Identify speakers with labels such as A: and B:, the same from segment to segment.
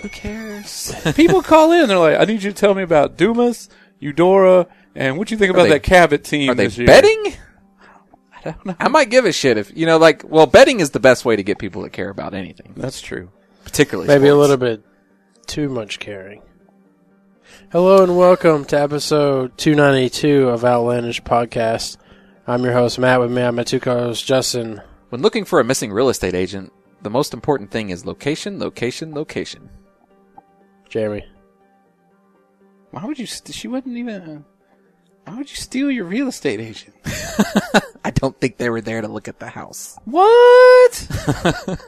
A: Who cares?
B: People call in. They're like, I need you to tell me about Dumas, Eudora, and what you think about
A: they-
B: that Cabot team.
A: Are they
B: this year.
A: betting?
B: I don't know.
A: I might give a shit if you know, like, well, betting is the best way to get people to care about anything,
B: That's true.
A: particularly
C: Maybe a
A: sports.
C: little bit too much caring. Hello and welcome to episode 292 of Outlandish Podcast. I'm your host, Matt. With me, I'm my two co-hosts, Justin.
A: When looking for a missing real estate agent, the most important thing is location, location, location.
C: Jeremy.
B: Why would you? St- she wouldn't even. Why would you steal your real estate agent?
A: I don't think they were there to look at the house.
B: What?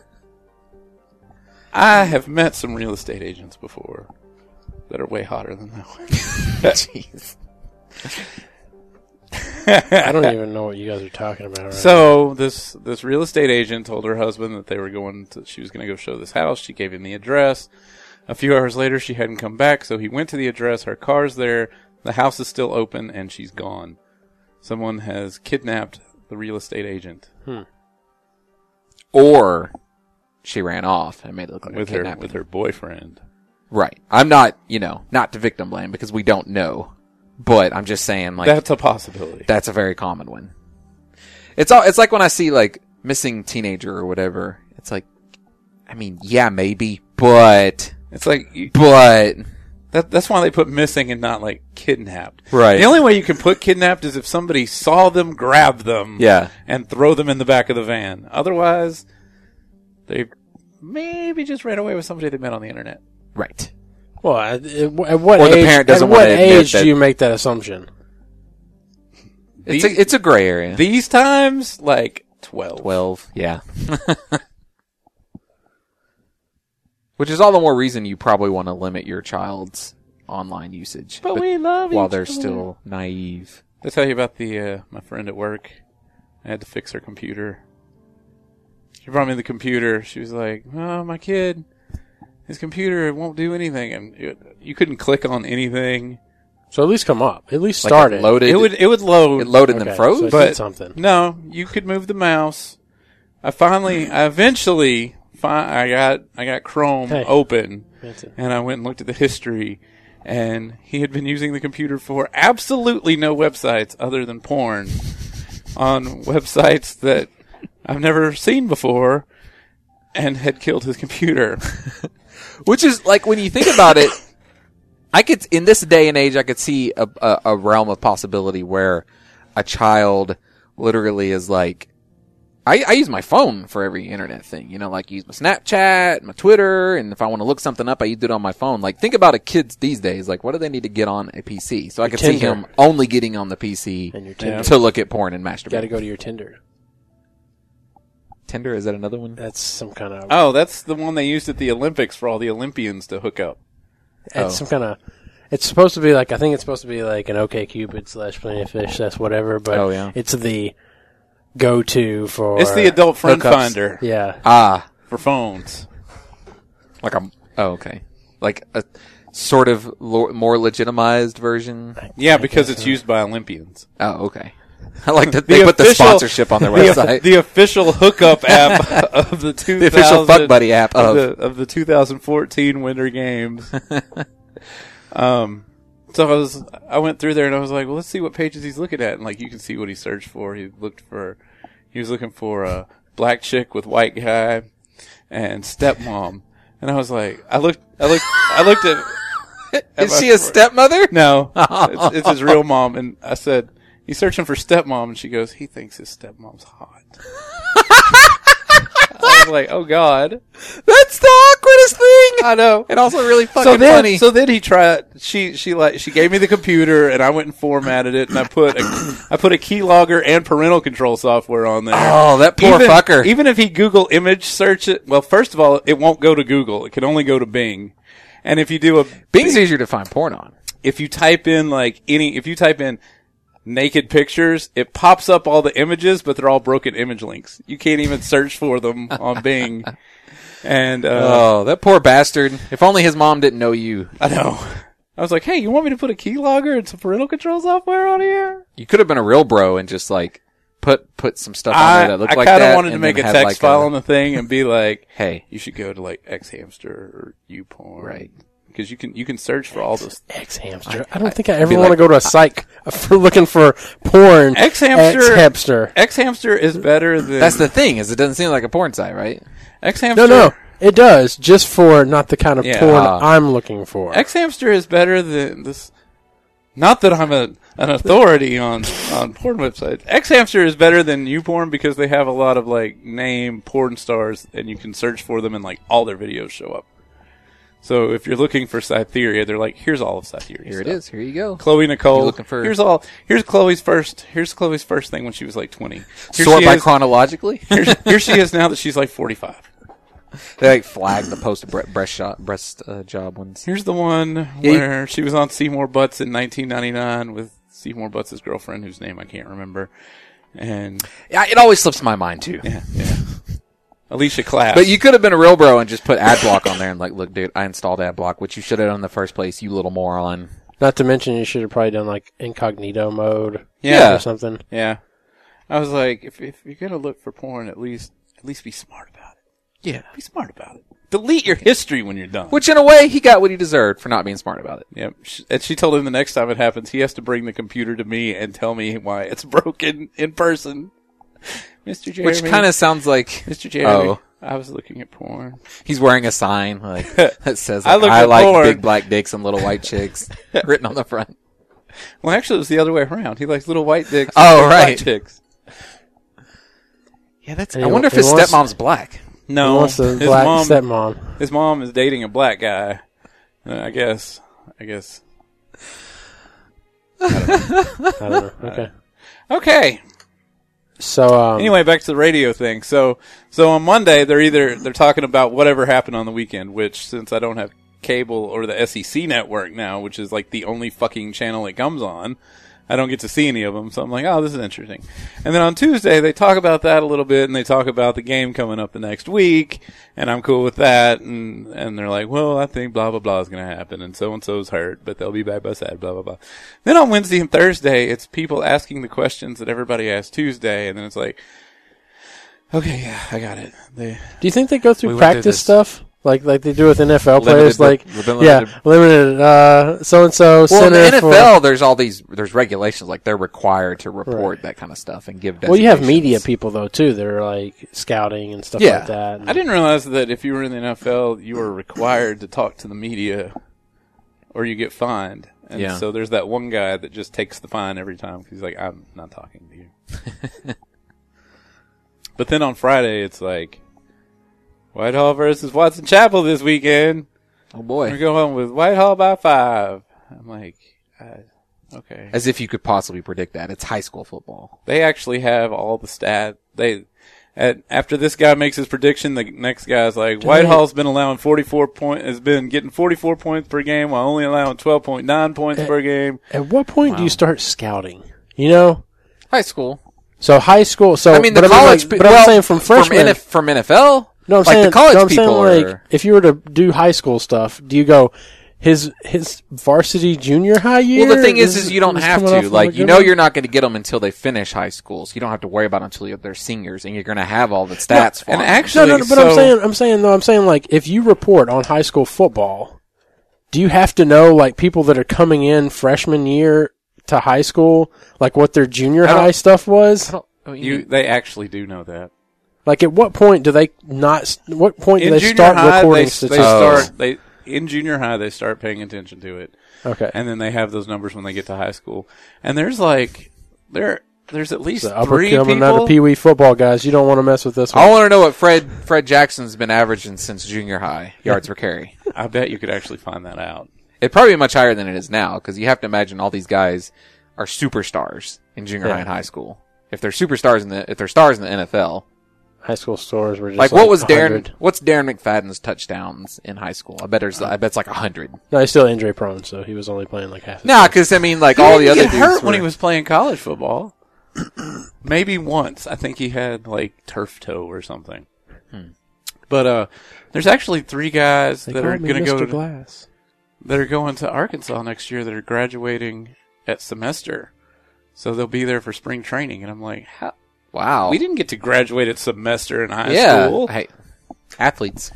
B: I have met some real estate agents before that are way hotter than that one.
A: Jeez.
C: I don't even know what you guys are talking about right now.
B: So this this real estate agent told her husband that they were going to she was going to go show this house. She gave him the address. A few hours later, she hadn't come back, so he went to the address. Her car's there. The house is still open, and she's gone. Someone has kidnapped the real estate agent
A: Or she ran off and made it look like
B: with
A: a
B: her
A: kidnapping.
B: with her boyfriend.
A: Right. I'm not, you know, not to victim blame because we don't know, but I'm just saying like
B: That's a possibility.
A: that's a very common one. It's all, it's like when I see like missing teenager or whatever. It's like, I mean, yeah, maybe, but,
B: It's like you,
A: but
B: That, that's why they put missing and not like kidnapped.
A: Right.
B: The only way you can put kidnapped is if somebody saw them, grab them,
A: Yeah.
B: and throw them in the back of the van. Otherwise, they maybe just ran away with somebody they met on the internet.
A: right.
C: well, at, at what
A: Or the
C: age,
A: parent doesn't
C: at what
A: wanna admit
C: age
A: that-
C: do you make that assumption?
A: It's
B: These-
A: a, it's a gray area.
B: These times, like twelve.
A: 12. Yeah. Which is all the more reason you probably want to limit your child's online usage.
B: But we love
A: while
B: each
A: they're
B: other.
A: still naive.
B: They tell you about the uh, my friend at work. I had to fix her computer. She brought me the computer. She was like, "Oh, my kid, his computer won't do anything, and it, you couldn't click on anything.
C: So at least come up. At least
A: Like,
C: start
A: it
C: it.
A: Loaded.
B: It would it would load.
A: it loaded and
C: Okay,
A: then froze.
C: so it
B: But-
C: did something.
B: No, you could move the mouse. I finally, I eventually, fi- I got, I got Chrome
C: Hey.
B: open,
C: That's it.
B: and I went and looked at the history, and he had been using the computer for absolutely no websites other than porn, on websites that I've never seen before, and had killed his computer.
A: Which is like when you think about it, I could in this day and age, I could see a, a, a realm of possibility where a child literally is like, I, I use my phone for every internet thing, you know, like use my Snapchat, my Twitter, and if I want to look something up, I do it on my phone. Like think about a kids these days, like what do they need to get on a PC? So I could see
C: Tinder.
A: him only getting on the PC
C: And your Tinder.
A: to look at porn and masturbate.
C: You got to go to your Tinder.
A: Tinder is that another one?
C: That's some kind of
B: oh, that's the one they used at the Olympics for all the Olympians to hook up.
A: Oh.
C: It's some kind of. It's supposed to be like I think it's supposed to be like an OK Cupid slash Planet Fish. That's whatever, but
A: Oh, yeah.
C: it's the go-to for.
B: It's the adult friend
A: hookups.
B: finder
C: Yeah,
A: Ah,
B: for phones.
A: Like a oh okay, like a sort of lo- more legitimized version.
B: Yeah, because it's used by Olympians.
A: Oh okay, I like that they put the
B: official-
A: sponsorship on their website.
B: The official hookup app of the 2000,
A: official Fuck Buddy app of-
B: the, of the 2014 Winter Games. um, so I was, I went through there and I was like, well, let's see what pages he's looking at, and like you can see what he searched for. He looked for, he was looking for a black chick with white guy and stepmom, and I was like, I looked, I looked, I looked at. at
A: Is
B: my
A: she a
B: fr-
A: stepmother?
B: no, it's, it's his real mom. And I said, "You searching for stepmom?" And she goes, "He thinks his stepmom's hot." I was like, "Oh God,
A: That's the awkwardest thing.
B: I know."
A: And also really fucking
B: so then,
A: funny.
B: so then he tried. She she like she gave me the computer, and I went and formatted it, and I put a, I put a keylogger and parental control software on there.
A: oh, that poor
B: even,
A: fucker.
B: Even if he Google image search it, well, first of all, it won't go to Google. It can only go to Bing. And if you do a
A: Bing's easier to find porn on.
B: if you type in like any if you type in naked pictures, it pops up all the images, but they're all broken image links. You can't even search for them on Bing. And uh,
A: Oh, that poor bastard. If only his mom didn't know you.
B: I know. I was like, hey, you want me to put a keylogger and some parental control software on here?
A: You could have been a real bro and just like put put some stuff on
B: I,
A: there that looked
B: I
A: like
B: kind of
A: that.
B: wanted to
A: and
B: make a
A: then had,
B: text
A: like,
B: file
A: a-
B: on the thing and be like,
A: hey,
B: you should go to like X Hamster or YouPorn,
A: Right.
B: Because you can you can search for all those.
D: X hamster. I, don't think I ever
A: feel
D: want to
A: like-
D: go to a psych for looking for porn.
B: X hamster-
D: hamster.
B: X Hamster is better than
A: that's the thing is it doesn't seem like a porn site, right?
B: X Hamster.
D: No, no, it does just for not the kind of
B: Yeah.
D: porn
A: Ah.
D: I'm looking for.
B: X Hamster is better than this. Not that I'm a, an authority on, on porn websites. X Hamster is better than YouPorn because they have a lot of like name porn stars and you can search for them and like all their videos show up. So if you're looking for Cytheria, they're like, here's all of Cytheria.
A: Here it
B: stuff.
A: is. Here you go.
B: Chloe Nicole.
A: You're looking for-
B: here's all. Here's Chloe's first. Here's Chloe's first thing when she was like 20. Here
A: Sort
B: she
A: by
B: is,
A: chronologically.
B: here, here she is now that she's like 45.
A: they like flag the post bre- breast shot breast uh, job ones.
B: Here's the one
A: Yeah, you-
B: where she was on Seymour Butts in 1999 with Seymour Butts' girlfriend, whose name I can't remember, and
A: Yeah, it always slips my mind too.
B: yeah, yeah. Alicia Clapp.
A: But you could have been a real bro and just put ad block on there and like, look, dude, I installed ad block, which you should have done in the first place, you little moron.
D: Not to mention, you should have probably done like incognito mode
B: yeah,
A: Yeah.
D: or something.
B: yeah. I was like, if if you're gonna look for porn, at least at least be smart about it.
A: Yeah.
B: Be smart about it. Delete your history when you're done.
A: Which in a way, he got what he deserved for not being smart about it.
B: Yep. Sh- And she told him the next time it happens, he has to bring the computer to me and tell me why it's broken in person. Mr. Jeremy.
A: Which kind of sounds like
B: Mr. Jeremy.
A: Oh.
B: I was looking at porn.
A: he's wearing a sign like that says
B: I
A: like,
B: looked
A: I,
B: at
A: like
B: porn."
A: big black dicks and little white chicks written on the front.
B: Well, actually, it was the other way around. He likes little white dicks.
A: Oh,
B: and black
A: right.
B: Chicks. Yeah, that's.
D: And
A: I
D: he-
A: wonder if
D: he
A: his
D: wants-
A: stepmom's black.
D: He
B: No,
D: wants the
B: his
D: black
B: mom.
D: stepmom.
B: His mom is dating a black guy. Uh, I guess. I guess.
D: I don't know. Okay.
B: Okay.
D: So um,
B: Anyway, back to the radio thing. So, so on Monday they're either they're talking about whatever happened on the weekend, which since I don't have cable or the SEC network now, which is like the only fucking channel it comes on, I don't get to see any of them. So I'm like, oh, this is interesting. And then on Tuesday they talk about that a little bit, and they talk about the game coming up the next week, and I'm cool with that. And and they're like, well, I think blah blah blah is going to happen, and so and so's hurt, but they'll be back by Saturday, blah blah blah. Then on Wednesday and Thursday, it's people asking the questions that everybody asked Tuesday, and then it's like. Okay, yeah, I got it. They,
D: Do you think they go through
A: We went through
D: practice
A: this.
D: stuff like like they do with NFL players?
A: Limited,
D: Like
A: we've been
D: yeah,
A: limited.
D: limited. Uh, so and so
A: Well, in
D: center
A: the
D: for-
A: NFL, there's all these there's regulations like they're required to report that kind of stuff and give.
D: well, you have
A: designations.
D: media people though too. They're like scouting and stuff
A: Yeah.
D: like that.
B: I didn't realize that if you were in the NFL, you were required to talk to the media, or you get fined. And
A: Yeah.
B: so there's that one guy that just takes the fine every time. 'cause He's like, I'm not talking to you. but then on Friday, it's like Whitehall versus Watson Chapel this weekend.
A: Oh
B: We're
A: boy,
B: going with Whitehall by five. I'm like, uh, okay.
A: as if you could possibly predict that. It's high school football.
B: They actually have all the stat. They at, after this guy makes his prediction, the next guy's like, Whitehall's been allowing 44 point has been getting 44 points per game while only allowing 12.9 points per game.
D: At what point do you start scouting? You know,
A: High school.
D: so high school. So
A: I mean, the
D: but
A: college.
D: I'm
A: pe-
D: like, but I'm
A: well,
D: saying from freshmen.
A: NF from, NFL.
D: no, I'm
A: like
D: saying
A: the college
D: no, I'm
A: people
D: saying,
A: are.
D: like if you were to do high school stuff, do you go? His his varsity junior high year.
A: Well, the thing is, is you don't
D: is
A: have
D: coming off
A: to.
D: of a
A: Like, you
D: good
A: know,
D: one?
A: you're not going to get them until they finish high school. So you don't have to worry about 'em until they're seniors, and you're going to have all the stats. for
B: and
A: 'em.
B: actually,
D: No, no, no, but I'm
B: so-
D: saying, I'm saying, though, I'm saying, like, if you report on high school football, do you have to know, like, people that are coming in freshman year to high school, like, what their junior
A: don't-
D: high stuff was?
A: Oh, you
B: you they actually do know that.
D: Like, at what point do they not? What point
B: In
D: do they
B: junior
D: start
B: high, they,
D: recording
B: they
D: statistics?
B: start they in junior high they start paying attention to it.
D: okay,
B: and then they have those numbers when they get to high school. And there's like there there's at least
D: the upper
B: three
D: Kilman, not the
B: people.
D: Pee Wee football guys. You don't want to mess with this
A: I
D: one.
A: want to know what Fred Fred Jackson's been averaging since junior high yards per carry.
B: I bet you could actually find that out.
A: It'd probably be much higher than it is now because you have to imagine all these guys are superstars in junior high and high school. If they're superstars in the if they're stars in the NFL,
B: Oh.
C: High school stores were just
A: Like, what was
C: 100.
A: Darren? What's Darren McFadden's touchdowns in high school? I bet it's I bet it's like hundred.
C: No, he's still injury prone, so he was only playing like half. his-
A: Nah, because I mean, like all the other
B: get
A: dudes
B: hurt when
A: were-
B: he was playing college football. Maybe once. I think he had like turf toe or something.
A: Hmm.
B: But uh, there's actually three guys
C: They
B: that
C: call
B: are
C: me
B: going to go
C: Mr.
B: to,
C: Glass.
B: that are going to Arkansas next year that are graduating at semester. So they'll be there for spring training, and I'm like, How?
A: Wow.
B: we didn't get to graduate at semester in high
A: yeah.
B: school.
A: Hey, athletes.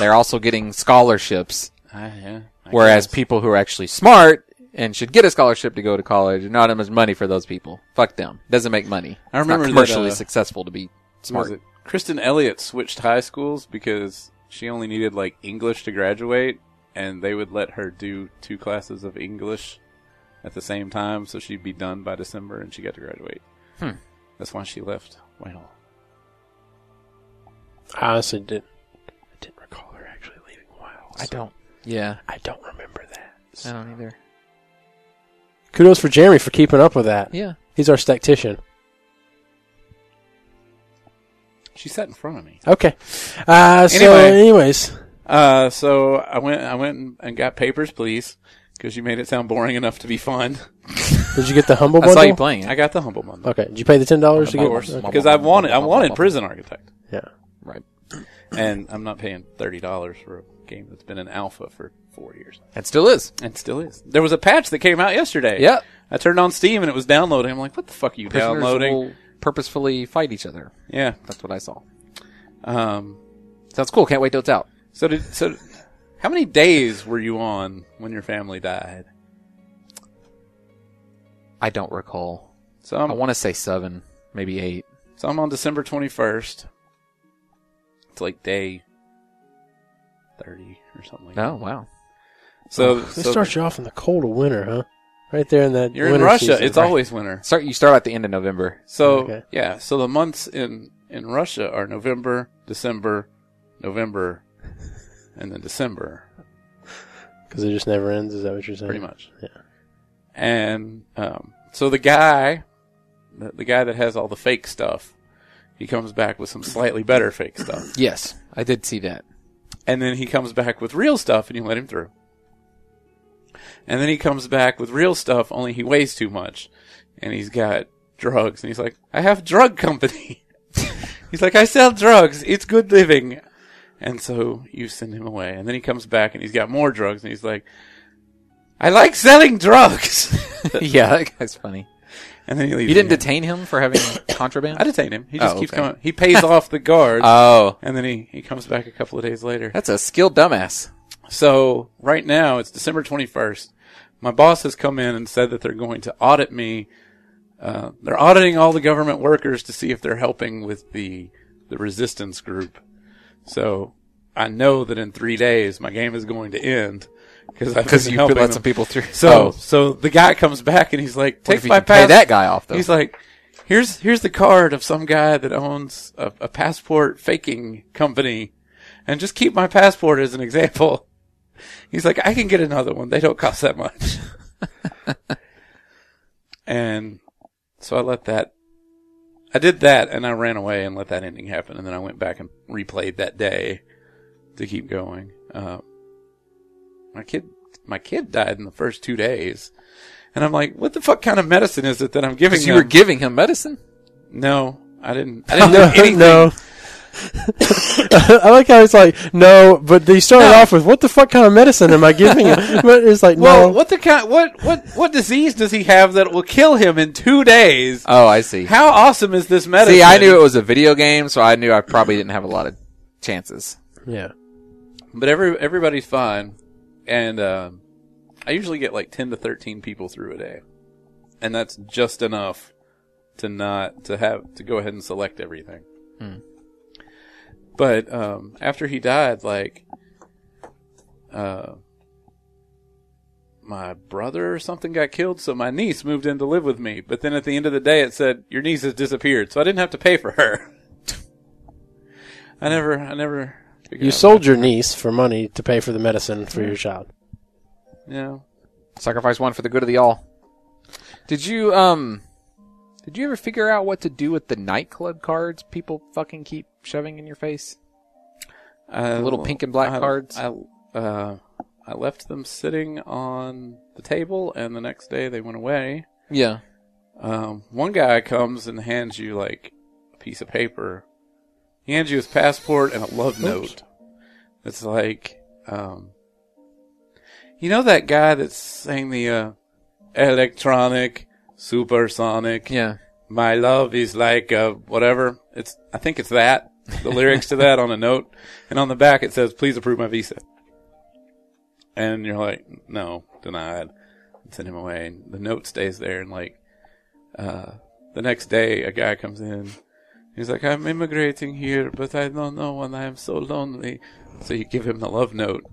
A: They're also getting scholarships,
B: I, Ah, yeah, I
A: whereas
B: guess.
A: people who are actually smart and should get a scholarship to go to college are not as much money for those people. Fuck them. Doesn't make money.
B: I
A: It's not
B: remember that,
A: commercially
B: uh,
A: successful to be
B: was
A: smart.
B: it Kristen Elliott switched high schools because she only needed like English to graduate, and they would let her do two classes of English at the same time, so she'd be done by December, and she got to graduate.
A: Hmm.
B: That's why she left Whitehall.
C: I honestly didn't. I didn't recall her actually leaving Wild. I don't.
A: Yeah,
C: I don't remember that.
A: I don't either.
C: Kudos for Jeremy for keeping up with that.
A: Yeah.
C: He's our statistician.
B: She sat in front of me.
C: Okay. Uh, so,
B: Anyway.
C: anyways,
B: Uh, so I went, I went and, and got papers, please, because you made it sound boring enough to be fun.
C: did you get the humble
A: I
C: bundle?
A: saw you playing
B: I
A: it. Oh,
B: got the humble bundle,
C: Okay. Did you pay the ten dollars to
B: of
C: get?
B: course,
A: okay.
B: because I wanted, I wanted prison architect,
C: Yeah.
A: Right.
B: and I'm not paying thirty dollars for a game that's been in alpha for four years.
A: It still is.
B: And still is. There was a patch that came out yesterday.
A: Yep.
B: I turned on Steam and it was downloading. I'm like, what the fuck are you
A: Prisoners
B: downloading?
A: will purposefully fight each other.
B: Yeah.
A: That's what I saw.
B: Um,
A: Sounds cool. Can't wait till it's out.
B: so did, so how many days were you on when your family died?
A: I don't recall.
B: So
A: I
B: I'm,
A: want to say seven, maybe eight.
B: so I'm on December 21st. It's like day 30 or something like
A: Oh wow.
B: that. So,
C: They
B: so
C: start you off in the cold of winter, huh? Right there in that.
B: you're in
C: winter
B: Russia.
C: season.
B: it's
C: Right.
B: always winter.
A: Start. You start at the end of November.
B: So
C: Okay.
B: yeah, so the months in in Russia are November, December, November, and then December.
C: Because it just never ends. Is that what you're saying?
B: pretty much.
C: Yeah.
B: And um, so the guy, the, the guy that has all the fake stuff, he comes back with some slightly better fake stuff,
A: Yes, I did see that.
B: and then he comes back with real stuff, and you let him through. And then he comes back with real stuff, only he weighs too much, and he's got drugs, and he's like, "I have drug company." he's like, "I sell drugs. It's good living." And so you send him away, and then he comes back, and he's got more drugs, and he's like, "I like selling drugs."
A: yeah, that guy's funny.
B: And then he leaves.
A: You didn't
B: again.
A: detain him for having
B: I
A: contraband.
B: detained him. He just
A: Oh,
B: keeps
A: okay.
B: coming. He pays off the guard,
A: Oh,
B: and then he, he comes back a couple of days later.
A: that's a skilled dumbass.
B: So right now it's December twenty first. My boss has come in and said that they're going to audit me. Uh, they're auditing all the government workers to see if they're helping with the the resistance group. So I know that in three days my game is going to end because
A: Because you let some people through. Oh.
B: So so the guy comes back and he's like,
A: take
B: "Take my
A: pay
B: pass-
A: that guy off though.
B: He's like, here's here's the card of some guy that owns a, a passport faking company, and just keep my passport as an example. He's like, I can get another one. They don't cost that much. and so I let that. I did that, and I ran away and let that ending happen, and then I went back and replayed that day to keep going. Uh, my kid, my kid died in the first two days, and I'm like, what the fuck kind of medicine is it that I'm giving
A: you were
B: them?
A: giving him medicine.
B: No, I didn't. I didn't know
C: No,
B: anything.
C: no. I like how it's like no, but they started off with what the fuck kind of medicine am I giving him? But it's like
B: Well,
C: no,
B: what the kind? What what what disease does he have that will kill him in two days?
A: Oh, I see.
B: How awesome is this medicine?
A: See, I knew it was a video game, so I knew I probably didn't have a lot of chances.
C: yeah,
B: but every everybody's fine, and um, I usually get like ten to thirteen people through a day, and that's just enough to not to have to go ahead and select everything. But um, after he died, like, uh, my brother or something got killed, so my niece moved in to live with me. But then at the end of the day, it said your niece has disappeared, so I didn't have to pay for her. I never, I never. figured
C: you
B: out-
C: sold your niece for money to pay for the medicine for your child.
B: Yeah.
A: Sacrifice one for the good of the all. Did you um? Did you ever figure out what to do with the nightclub cards people fucking keep shoving in your face?
B: Uh,
A: little pink and black
B: I-
A: cards?
B: I, uh, I left them sitting on the table, and the next day they went away.
A: Yeah.
B: Um, one guy comes and hands you like a piece of paper. He hands you his passport and a love note. It's like, um, you know that guy that sang the uh, electronic, supersonic.
A: Yeah.
B: My love is like uh, whatever. It's I think it's that the lyrics to that on a note, and on the back it says, "Please approve my visa." And you're like, "No, denied." Send him away. And the note stays there, and like uh, the next day, a guy comes in. He's like, "I'm immigrating here, but I don't know, and I'm so lonely." So you give him the love note.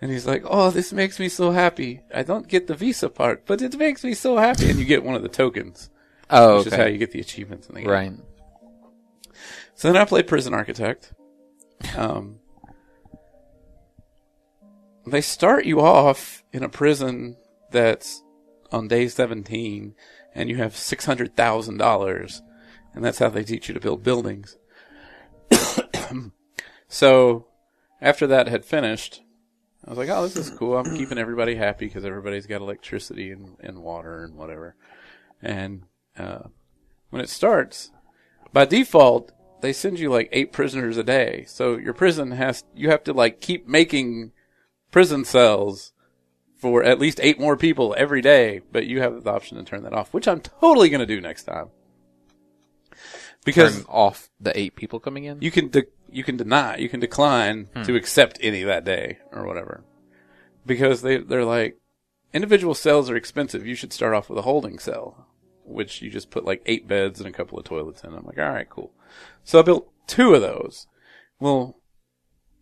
B: And he's like, "Oh, this makes me so happy. I don't get the visa part, but it makes me so happy." And you get one of the tokens
A: Oh,
B: which is how
A: okay.
B: you get the achievements in the game.
A: Right.
B: So then I played Prison Architect. Um, they start you off in a prison that's on day 17, and you have $600,000, and that's how they teach you to build buildings. so after that had finished, I was like, oh, this is cool. I'm keeping everybody happy because everybody's got electricity and, and water and whatever. And uh, when it starts, by default, they send you like eight prisoners a day. So your prison has, you have to like keep making prison cells for at least eight more people every day, but you have the option to turn that off, which I'm totally going to do next time. Because
A: Turn off the eight people coming in.
B: you can de- you can deny, you can decline to accept any that day or whatever, because they they're like individual cells are expensive. You should start off with a holding cell, which you just put like eight beds and a couple of toilets in. I'm like, all right, cool. So I built two of those. Well,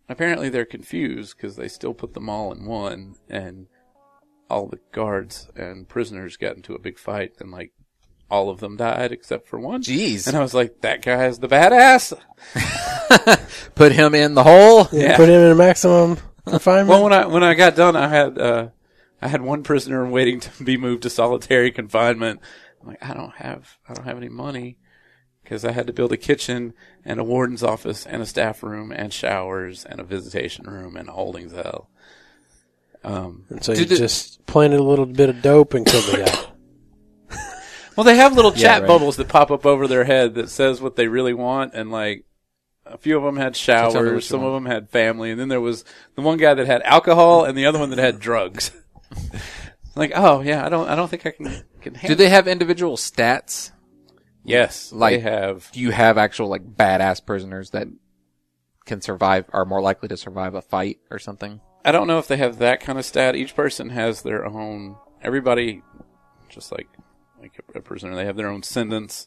B: apparently they're confused because they still put them all in one, and all the guards and prisoners got into a big fight, and like all of them died except for one.
A: Jeez.
B: And I was like, that guy is the badass.
A: Put him in the hole.
B: Yeah.
C: Put him in a maximum confinement.
B: Well, when I when I got done, I had uh, I had one prisoner waiting to be moved to solitary confinement. I'm like, I don't have I don't have any money because I had to build a kitchen and a warden's office and a staff room and showers and a visitation room and a holding cell. Um,
C: so you
A: Did it-
C: just planted a little bit of dope and killed the guy.
B: well, they have little chat
A: right.
B: bubbles that pop up over their head that says what they really want and like. A few of them had
A: tell me what you
B: showers, some
A: want.
B: of them had family, and then there was the one guy that had alcohol and the other one that had drugs. like, oh yeah, I don't, I don't think I can can handle.
A: Do they have individual stats?
B: Yes,
A: Like-
B: they have.
A: Do you have actual like badass prisoners that can survive, are more likely to survive a fight or something?
B: I don't know if they have that kind of stat. Each person has their own. Everybody, just like like a, a prisoner, they have their own sentence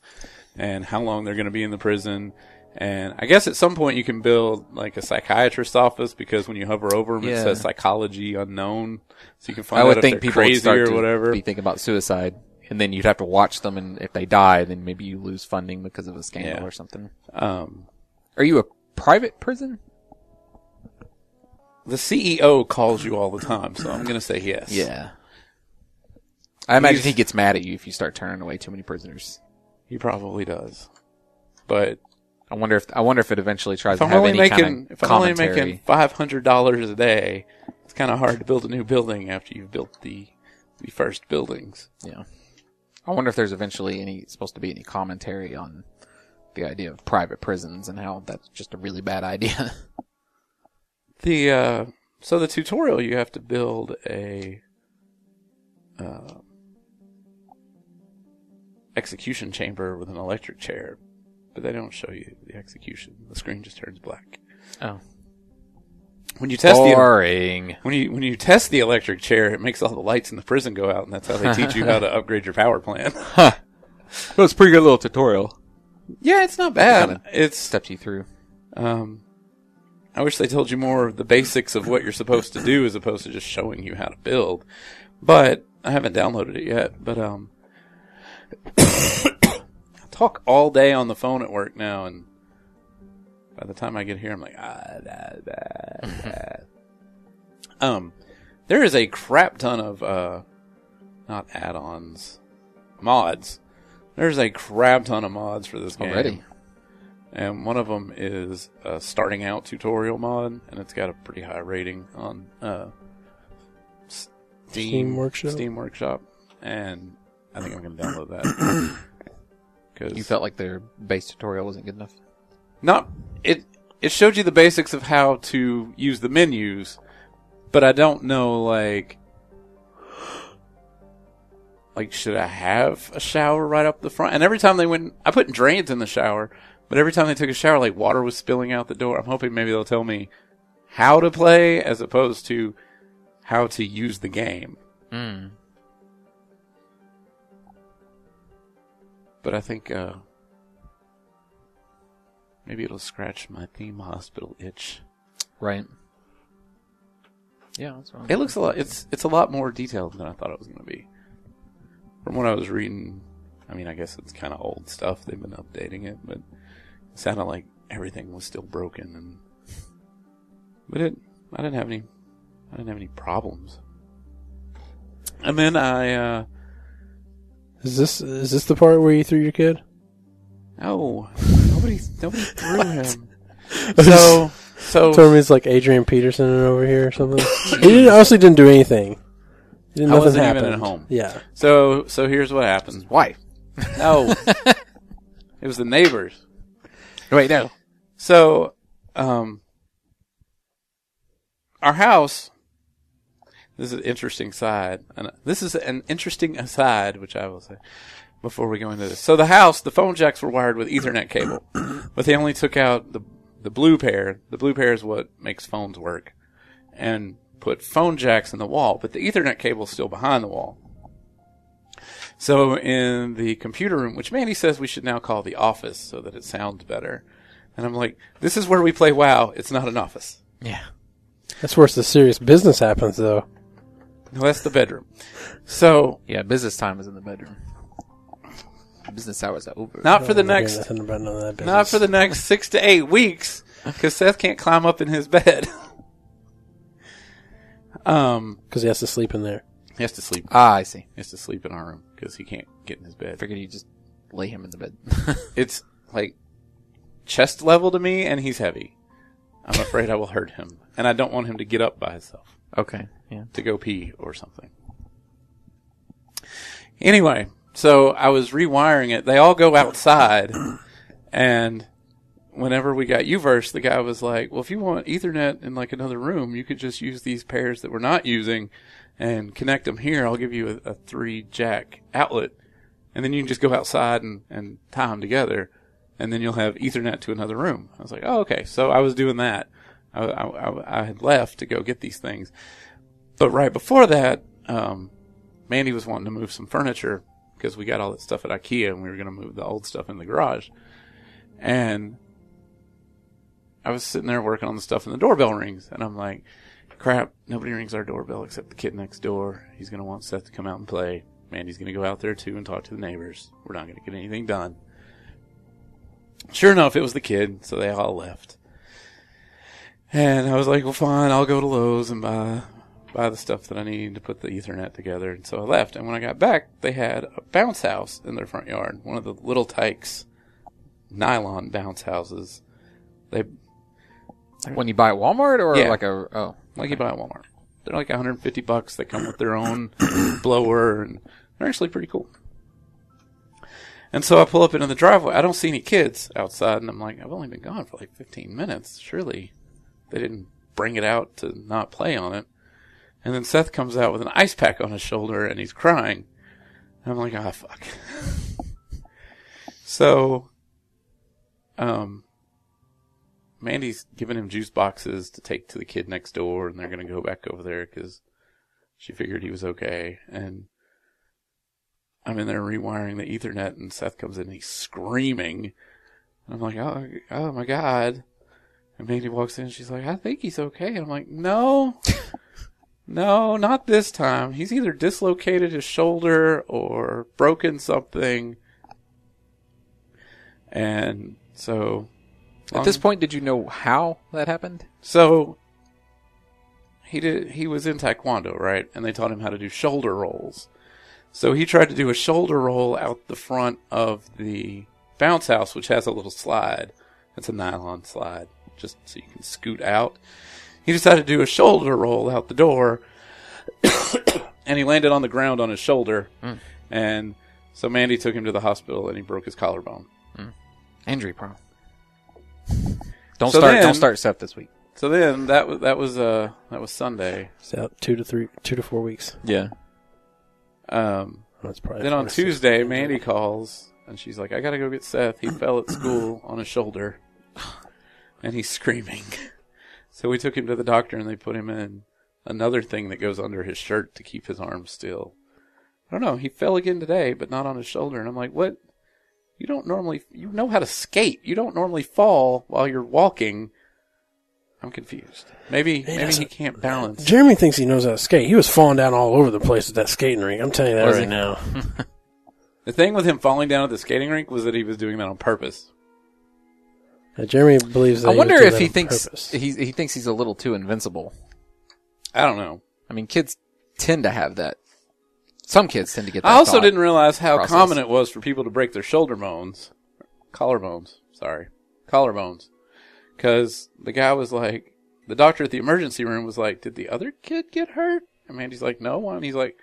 B: and how long they're going to be in the prison. And I guess at some point you can build like a psychiatrist's office because when you hover over them, it
A: Yeah.
B: says psychology unknown, so you can find
A: I
B: out
A: would
B: if
A: think
B: they're
A: people would
B: crazy
A: start
B: or
A: to
B: whatever.
A: be thinking about suicide, and then you'd have to watch them, and if they die, then maybe you lose funding because of a scandal
B: Yeah.
A: or something.
B: Um,
A: Are you a private prison?
B: the CEO calls you all the time, so I'm going to say yes.
A: I imagine
B: He's-
A: he gets mad at you if you start turning away too many prisoners.
B: he probably does. But
A: I wonder if I wonder if it eventually tries
B: if I'm
A: to have
B: only
A: any
B: making
A: kind of
B: if I'm only
A: commentary.
B: making five hundred dollars a day, it's kind of hard to build a new building after you've built the the first buildings.
A: yeah. I wonder if there's eventually any supposed to be any commentary on the idea of private prisons and how that's just a really bad idea.
B: The uh, so the tutorial you have to build a uh, execution chamber with an electric chair, but they don't show you the execution. The screen just turns black
A: oh.
B: when you test the
A: Boring.
B: When you when you test the electric chair, it makes all the lights in the prison go out, and that's how they teach you how to upgrade your power plant.
A: That was a pretty good little tutorial.
B: yeah, it's not bad.
A: Kinda
B: It's
A: Stepped you through.
B: um, I wish they told you more of the basics of what you're supposed to do as opposed to just showing you how to build. But I haven't downloaded it yet. But um, I talk all day on the phone at work now, and by the time I get here, I'm like ah da da da. um, there is a crap ton of uh, not add-ons, mods There's a crap ton of mods for this game.
A: Already.
B: And one of them is a starting out tutorial mod, and it's got a pretty high rating on uh, Steam,
D: Steam Workshop?
B: Steam Workshop, and I think I'm gonna download that
A: You
B: because
A: felt like their base tutorial wasn't good enough.
B: not it. It showed you the basics of how to use the menus, but I don't know like like should I have a shower right up the front? And every time they went, I put drains in the shower, but every time they took a shower, like water was spilling out the door. I'm hoping maybe they'll tell me how to play as opposed to how to use the game.
A: Mm.
B: But I think uh, maybe it'll scratch my theme hospital itch.
A: Right. Yeah, that's wrong.
B: It looks a lot. It's it's a lot more detailed than I thought it was going to be. From what I was reading, I mean, I guess it's kind of old stuff. They've been updating it, but it sounded like everything was still broken. And but it, I didn't have any, I didn't have any problems. And then I, uh,
D: Is this is this the part where you threw your kid?
B: oh, nobody, nobody threw him. So, so
D: Told me it's like Adrian Peterson over here or something. he didn't, honestly didn't do anything. He didn't,
B: I
D: nothing
B: wasn't even
D: happened.
B: at home.
D: Yeah.
B: So so here's what happens. Wife. No. it was the neighbors.
A: Wait, no.
B: So um our house this is an interesting side. And this is an interesting aside, which I will say before we go into this. So the house, the phone jacks were wired with Ethernet cable, but they only took out the the blue pair. The blue pair is what makes phones work, and put phone jacks in the wall. But the Ethernet cable is still behind the wall. So in the computer room, which Mandy says we should now call the office so that it sounds better, and I'm like, this is where we play WoW. It's not an office.
A: Yeah.
D: That's where the serious business happens, though.
B: No, that's the bedroom. So
A: Yeah, business time is in the bedroom. Business hours are over.
B: not for the
D: I don't
B: next
D: hear Nothing about none of that business.
B: Not for the next six to eight weeks, because Seth can't climb up in his bed. um,
D: because he has to sleep in there.
B: he has to sleep.
A: Ah, I see.
B: He has to sleep in our room because he can't get in his
A: I
B: bed.
A: figured you just lay him in the bed.
B: It's like chest level to me, and he's heavy. I'm afraid I will hurt him, and I don't want him to get up by himself.
A: okay. Yeah.
B: to go pee or something. Anyway, so I was rewiring it. They all go outside, and whenever we got Uverse, the guy was like, "Well, if you want Ethernet in like another room, you could just use these pairs that we're not using and connect them here. I'll give you a, a three jack outlet, and then you can just go outside and and tie them together, and then you'll have Ethernet to another room." I was like, "Oh, okay." So I was doing that. I, I, I- I had left to go get these things. But right before that, um, Mandy was wanting to move some furniture because we got all that stuff at IKEA and we were going to move the old stuff in the garage. And I was sitting there working on the stuff and the doorbell rings and I'm like, crap, nobody rings our doorbell except the kid next door. He's going to want Seth to come out and play. Mandy's going to go out there too and talk to the neighbors. We're not going to get anything done. Sure enough, it was the kid, so they all left. And I was like, well, fine, I'll go to Lowe's and buy buy the stuff that I need to put the Ethernet together. And so I left. And when I got back, they had a bounce house in their front yard, one of the little tykes nylon bounce houses. They
A: When you buy at Walmart or
B: Yeah.
A: like a oh
B: like you buy at Walmart. They're like 150 bucks. They come with their own blower, and they're actually pretty cool. And so I pull up into the driveway. I don't see any kids outside, and I'm like, I've only been gone for like 15 minutes. Surely they didn't bring it out to not play on it. And then Seth comes out with an ice pack on his shoulder, and he's crying. And I'm like, ah, fuck. so, um, Mandy's giving him juice boxes to take to the kid next door, and they're going to go back over there because she figured he was okay. And I'm in there rewiring the Ethernet, and Seth comes in and he's screaming. And I'm like, oh, oh my God. And Mandy walks in, and she's like, I think he's okay. And I'm like, no, no, not this time. He's either dislocated his shoulder or broken something. And so
A: At this point, did you know how that happened?
B: so he did. He was in taekwondo, right? And they taught him how to do shoulder rolls. So he tried to do a shoulder roll out the front of the bounce house, which has a little slide. It's a nylon slide, just so you can scoot out. He decided to do a shoulder roll out the door, and he landed on the ground on his shoulder. And so Mandy took him to the hospital, and he broke his collarbone.
A: Injury prone. Don't
B: So
A: start.
B: then-
A: don't start Seth this week.
B: So then that was that was uh that was Sunday.
D: It's out two to three, two to four weeks.
A: Yeah.
B: Um,
D: That's probably
B: then on
D: four to six.
B: Tuesday, Mandy calls and she's like, "I gotta go get Seth. He fell at school on his shoulder, and he's screaming." so we took him to the doctor, and they put him in another thing that goes under his shirt to keep his arm still. I don't know. He fell again today, but not on his shoulder. And I'm like, "What? You don't normally you know how to skate. You don't normally fall while you're walking." I'm confused. Maybe maybe he
D: doesn't-
B: can't balance.
D: Jeremy thinks he knows how to skate. He was falling down all over the place at that skating rink. I'm telling you that
B: Was
D: right
B: he?
D: now.
B: The thing with him falling down at the skating rink was that he was doing that on purpose.
D: Now, Uh, Jeremy believes that.
A: I
D: he
A: wonder
D: was doing
A: if
D: that
A: he
D: on
A: thinks
D: purpose.
A: he, he thinks he's a little too invincible.
B: I don't know.
A: I mean, kids tend to have that. Some kids tend to get. that
B: I also
A: thought.
B: didn't realize how
A: process.
B: common it was for people to break their shoulder bones, collarbones. Sorry, collarbones, because the guy was like, the doctor at the emergency room was like, "Did the other kid get hurt?" And Mandy's like, "No one." He's like,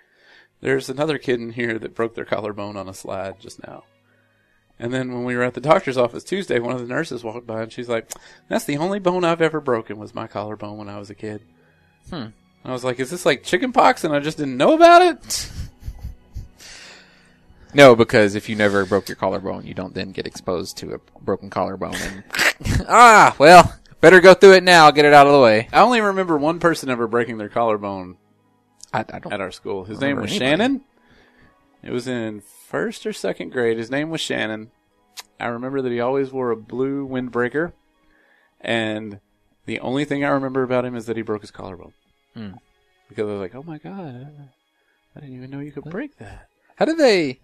B: "There's another kid in here that broke their collarbone on a slide just now." And then when we were at the doctor's office Tuesday, one of the nurses walked by and she's like, "That's the only bone I've ever broken was my collarbone when I was a kid."
A: Hmm.
B: And I was like, "Is this like chicken pox?" And I just didn't know about it.
A: No, because if you never broke your collarbone, you don't then get exposed to a broken collarbone. And ah, well, better go through it now. Get it out of the way.
B: I only remember one person ever breaking their collarbone
A: I, I don't.
B: at our school. His name was
A: Remember anybody.
B: Shannon. It was in first or second grade. His name was Shannon. I remember that he always wore a blue windbreaker, and the only thing I remember about him is that he broke his collarbone.
A: Hmm.
B: Because I was like, "Oh my god, I didn't even know you could break that."
A: How do they?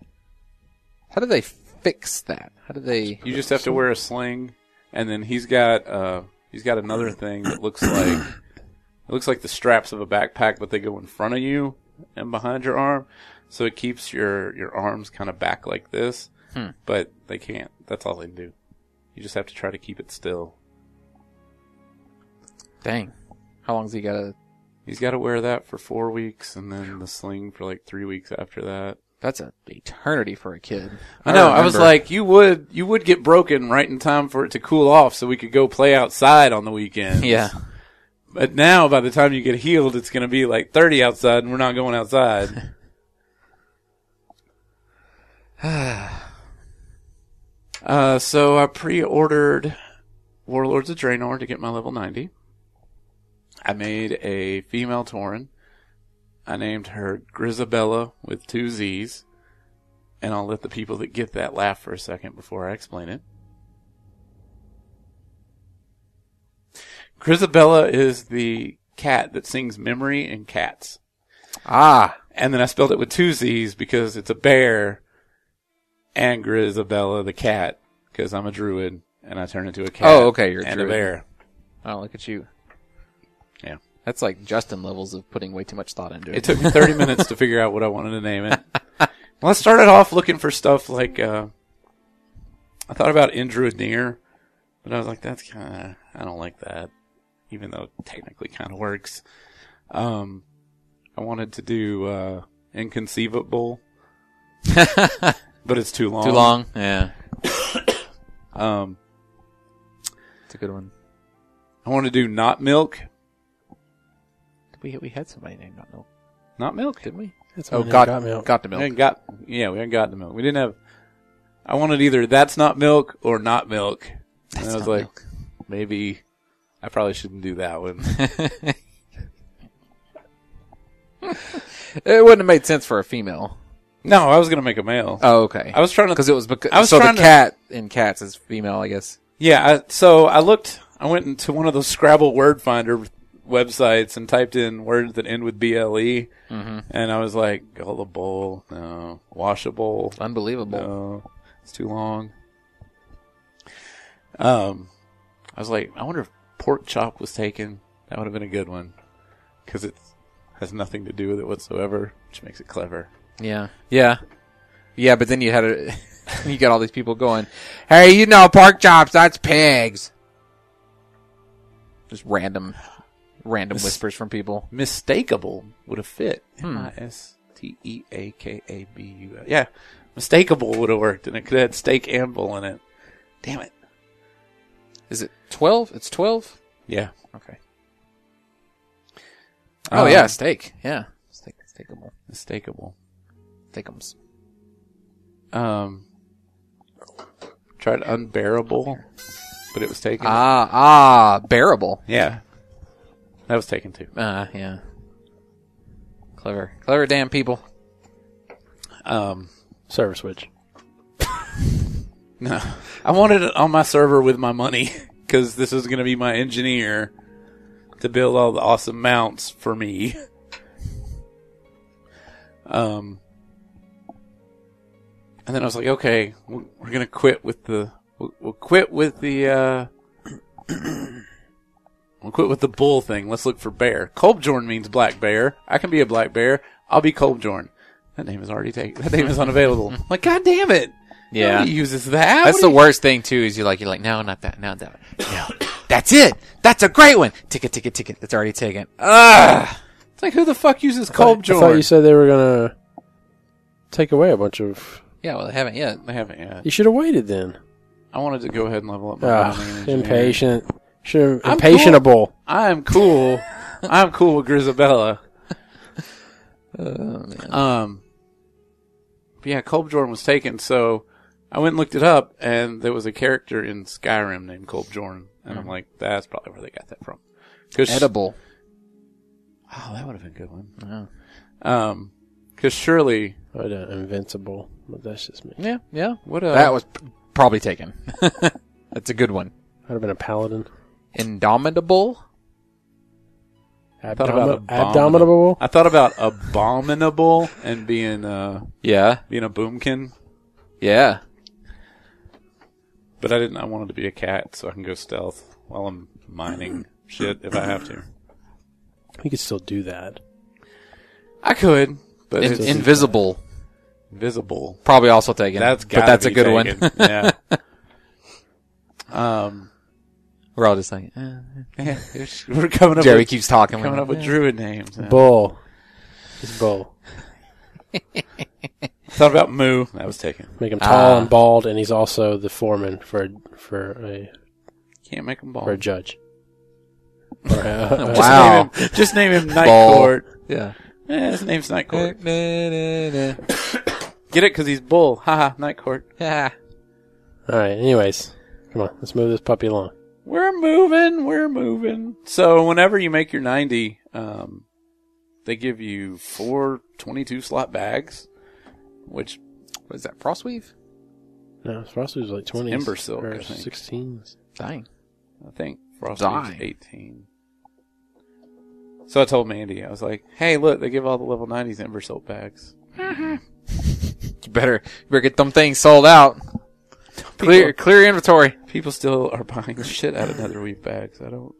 A: How do they fix that? How do they?
B: You just have to wear a sling, and then he's got uh, he's got another thing that looks like it looks like the straps of a backpack, but they go in front of you and behind your arm, so it keeps your your arms kind of back like this.
A: Hmm.
B: But they can't. That's all they do. You just have to try to keep it still.
A: Dang, how long's he got to?
B: He's got to wear that for four weeks, and then the sling for like three weeks after that.
A: That's an eternity for a kid.
B: I know. I was
A: remember-
B: like, you would you would get broken right in time for it to cool off, so we could go play outside on the weekend.
A: yeah.
B: But now, by the time you get healed, it's going to be like 30 outside, and we're not going outside. uh, so I pre-ordered Warlords of Draenor to get my level 90. I made a female Tauren. I named her Grisabella with two Z's. And I'll let the people that get that laugh for a second before I explain it. Grisabella is the cat that sings memory in cats.
A: Ah,
B: And then I spelled it with two Z's because it's a bear and Grisabella the cat because I'm a druid and I turn into a cat.
A: Oh, okay, you're a
B: and
A: druid.
B: a bear.
A: oh, look at you.
B: Yeah.
A: That's like Justin levels of putting way too much thought into it.
B: It took me 30 minutes to figure out what I wanted to name it. Well, I started off looking for stuff like, uh, I thought about Indruidnir, but I was like, that's kind of, I don't like that, even though it technically kind of works. Um, I wanted to do, uh, Inconceivable, but it's too long.
A: Too long. Yeah,
B: Um,
A: it's a good one.
B: I want to do Not Milk.
A: We we had somebody named Not Milk,
B: Not Milk.
A: didn't we?
D: That's
A: Oh,
D: when he
A: got
D: got me out.
A: got to
B: We
A: milk.
B: hadn't got, yeah, we hadn't gotten the milk. We didn't have, I wanted either That's Not Milk or Not Milk. and I was like, maybe I probably shouldn't do that one.
A: it wouldn't have made sense for a female.
B: no, I was gonna make a male.
A: Oh, okay.
B: I was trying to
A: because it was because
B: I was
A: so the
B: trying to-
A: cat in cats is female, I guess.
B: yeah. I, so I looked. I went into one of those Scrabble word finder websites and typed in words that end with ble,
A: Mm-hmm.
B: and I was like, gullible, no, washable,
A: Unbelievable.
B: no, it's too long. Um, I was like, I wonder if pork chop was taken. That would have been a good one because it has nothing to do with it whatsoever, which makes it clever.
A: Yeah. Yeah. Yeah, but then you had a, you got all these people going, "Hey, you know, pork chops, that's pigs." Just random, random
B: Mis-
A: whispers from people.
B: Mistakable would have fit.
A: Hmm.
B: M I S T E A K A B U L. Yeah, mistakable would have worked, and it could have had steak and bull in it. Damn it.
A: Is it twelve? It's twelve.
B: Yeah.
A: Okay. Oh yeah,
B: Um,
A: steak. Yeah, steak, steakable,
B: Mistakable.
A: steakums.
B: Um, tried unbearable, but it was taken.
A: Ah, ah, bearable.
B: yeah, that was taken too.
A: Ah, yeah. Clever, clever, damn people.
B: Um,
D: Server switch.
B: no, I wanted it on my server with my money because this was going to be my engineer to build all the awesome mounts for me. Um, and then I was like, okay, we're we're gonna quit with the we'll, we'll quit with the uh, we'll quit with the bull thing. Let's look for bear. Colbjorn means black bear. I can be a black bear. I'll be Colbjorn. That name is already taken. That name is unavailable. like, god damn it!
A: Yeah.
B: Nobody uses that.
A: That's
B: What
A: the
B: do you-
A: worst thing too. Is you're like you're like no, not that, not that. One. No, that's it. That's a great one. Ticket, ticket, ticket. It's already taken. Ugh.
B: It's like who the fuck uses
D: I thought
B: Colbjorn?
D: you said they were gonna take away a bunch of.
A: Yeah, well, they haven't yet.
B: they haven't yet.
D: You should have waited then.
B: I wanted to go ahead and level up my
A: Ah,
B: mining and
D: Ugh,
B: engineering.
D: impatient. Should
B: I'm
D: impatientable.
B: I am cool. I'm cool with Grisabella.
A: Oh,
B: um, but yeah, Colb Jordan was taken, so I went and looked it up, and there was a character in Skyrim named Colb Jordan, and
A: Hmm.
B: I'm like, that's probably where they got that from. 'Cause-
A: Edible.
B: Oh, that would have been a good one.
A: Yeah.
B: Um, because surely,
D: Oh, yeah, invincible, but that's just me.
A: Yeah, yeah. uh,
B: what a,
A: That was p- probably taken. that's a good one.
D: I'd have been a paladin.
A: Indomitable.
B: thought about
D: Abdomin-
B: abominable.
D: abdominable.
B: I thought about abominable and being uh
A: Yeah,
B: being a boomkin,
A: yeah.
B: but I didn't. I wanted to be a cat so I can go stealth while I'm mining shit if I have to.
D: You could still do that.
B: I could, but
A: In-
B: it's
A: invisible.
B: invisible.
A: Probably also taken.
B: That's
A: but
B: gotta
A: that's
B: be
A: a good
B: taken.
A: one.
B: yeah. Um,
A: We're all just like eh.
B: we're coming up.
A: Jerry
B: with,
A: keeps talking.
B: coming up with druid names. now.
D: Bull. It's bull.
B: Thought about moo. That was taken.
D: Make him tall
A: Ah.
D: and bald, and he's also the foreman for a, for a
B: Can't make them bald.
D: for a judge. Or a- a-
B: Just
A: Wow.
B: Name him, just name him Night
A: Bald.
B: Court.
A: yeah.
B: Yeah, his name's Night Court.
A: yeah.
B: Get it? Because he's bull. Haha, Night Court.
D: All right. Anyways, come on. Let's move this puppy along.
B: We're moving. We're moving. So whenever you make your 90, um, they give you four 22 slot bags, which
A: What is that? Frostweave.
D: No, Frosty was like twenty,
B: Ember Silk, I
D: or
B: think.
D: sixteens.
A: Dang.
B: I think
A: Die.
B: Frostbite's 18. So I told Mandy, I was like, hey, look, they give all the level 90s Ember Soap bags.
A: You better you better get them things sold out. Clear clear inventory.
B: People still are buying the shit out of Netherweave bags. I don't.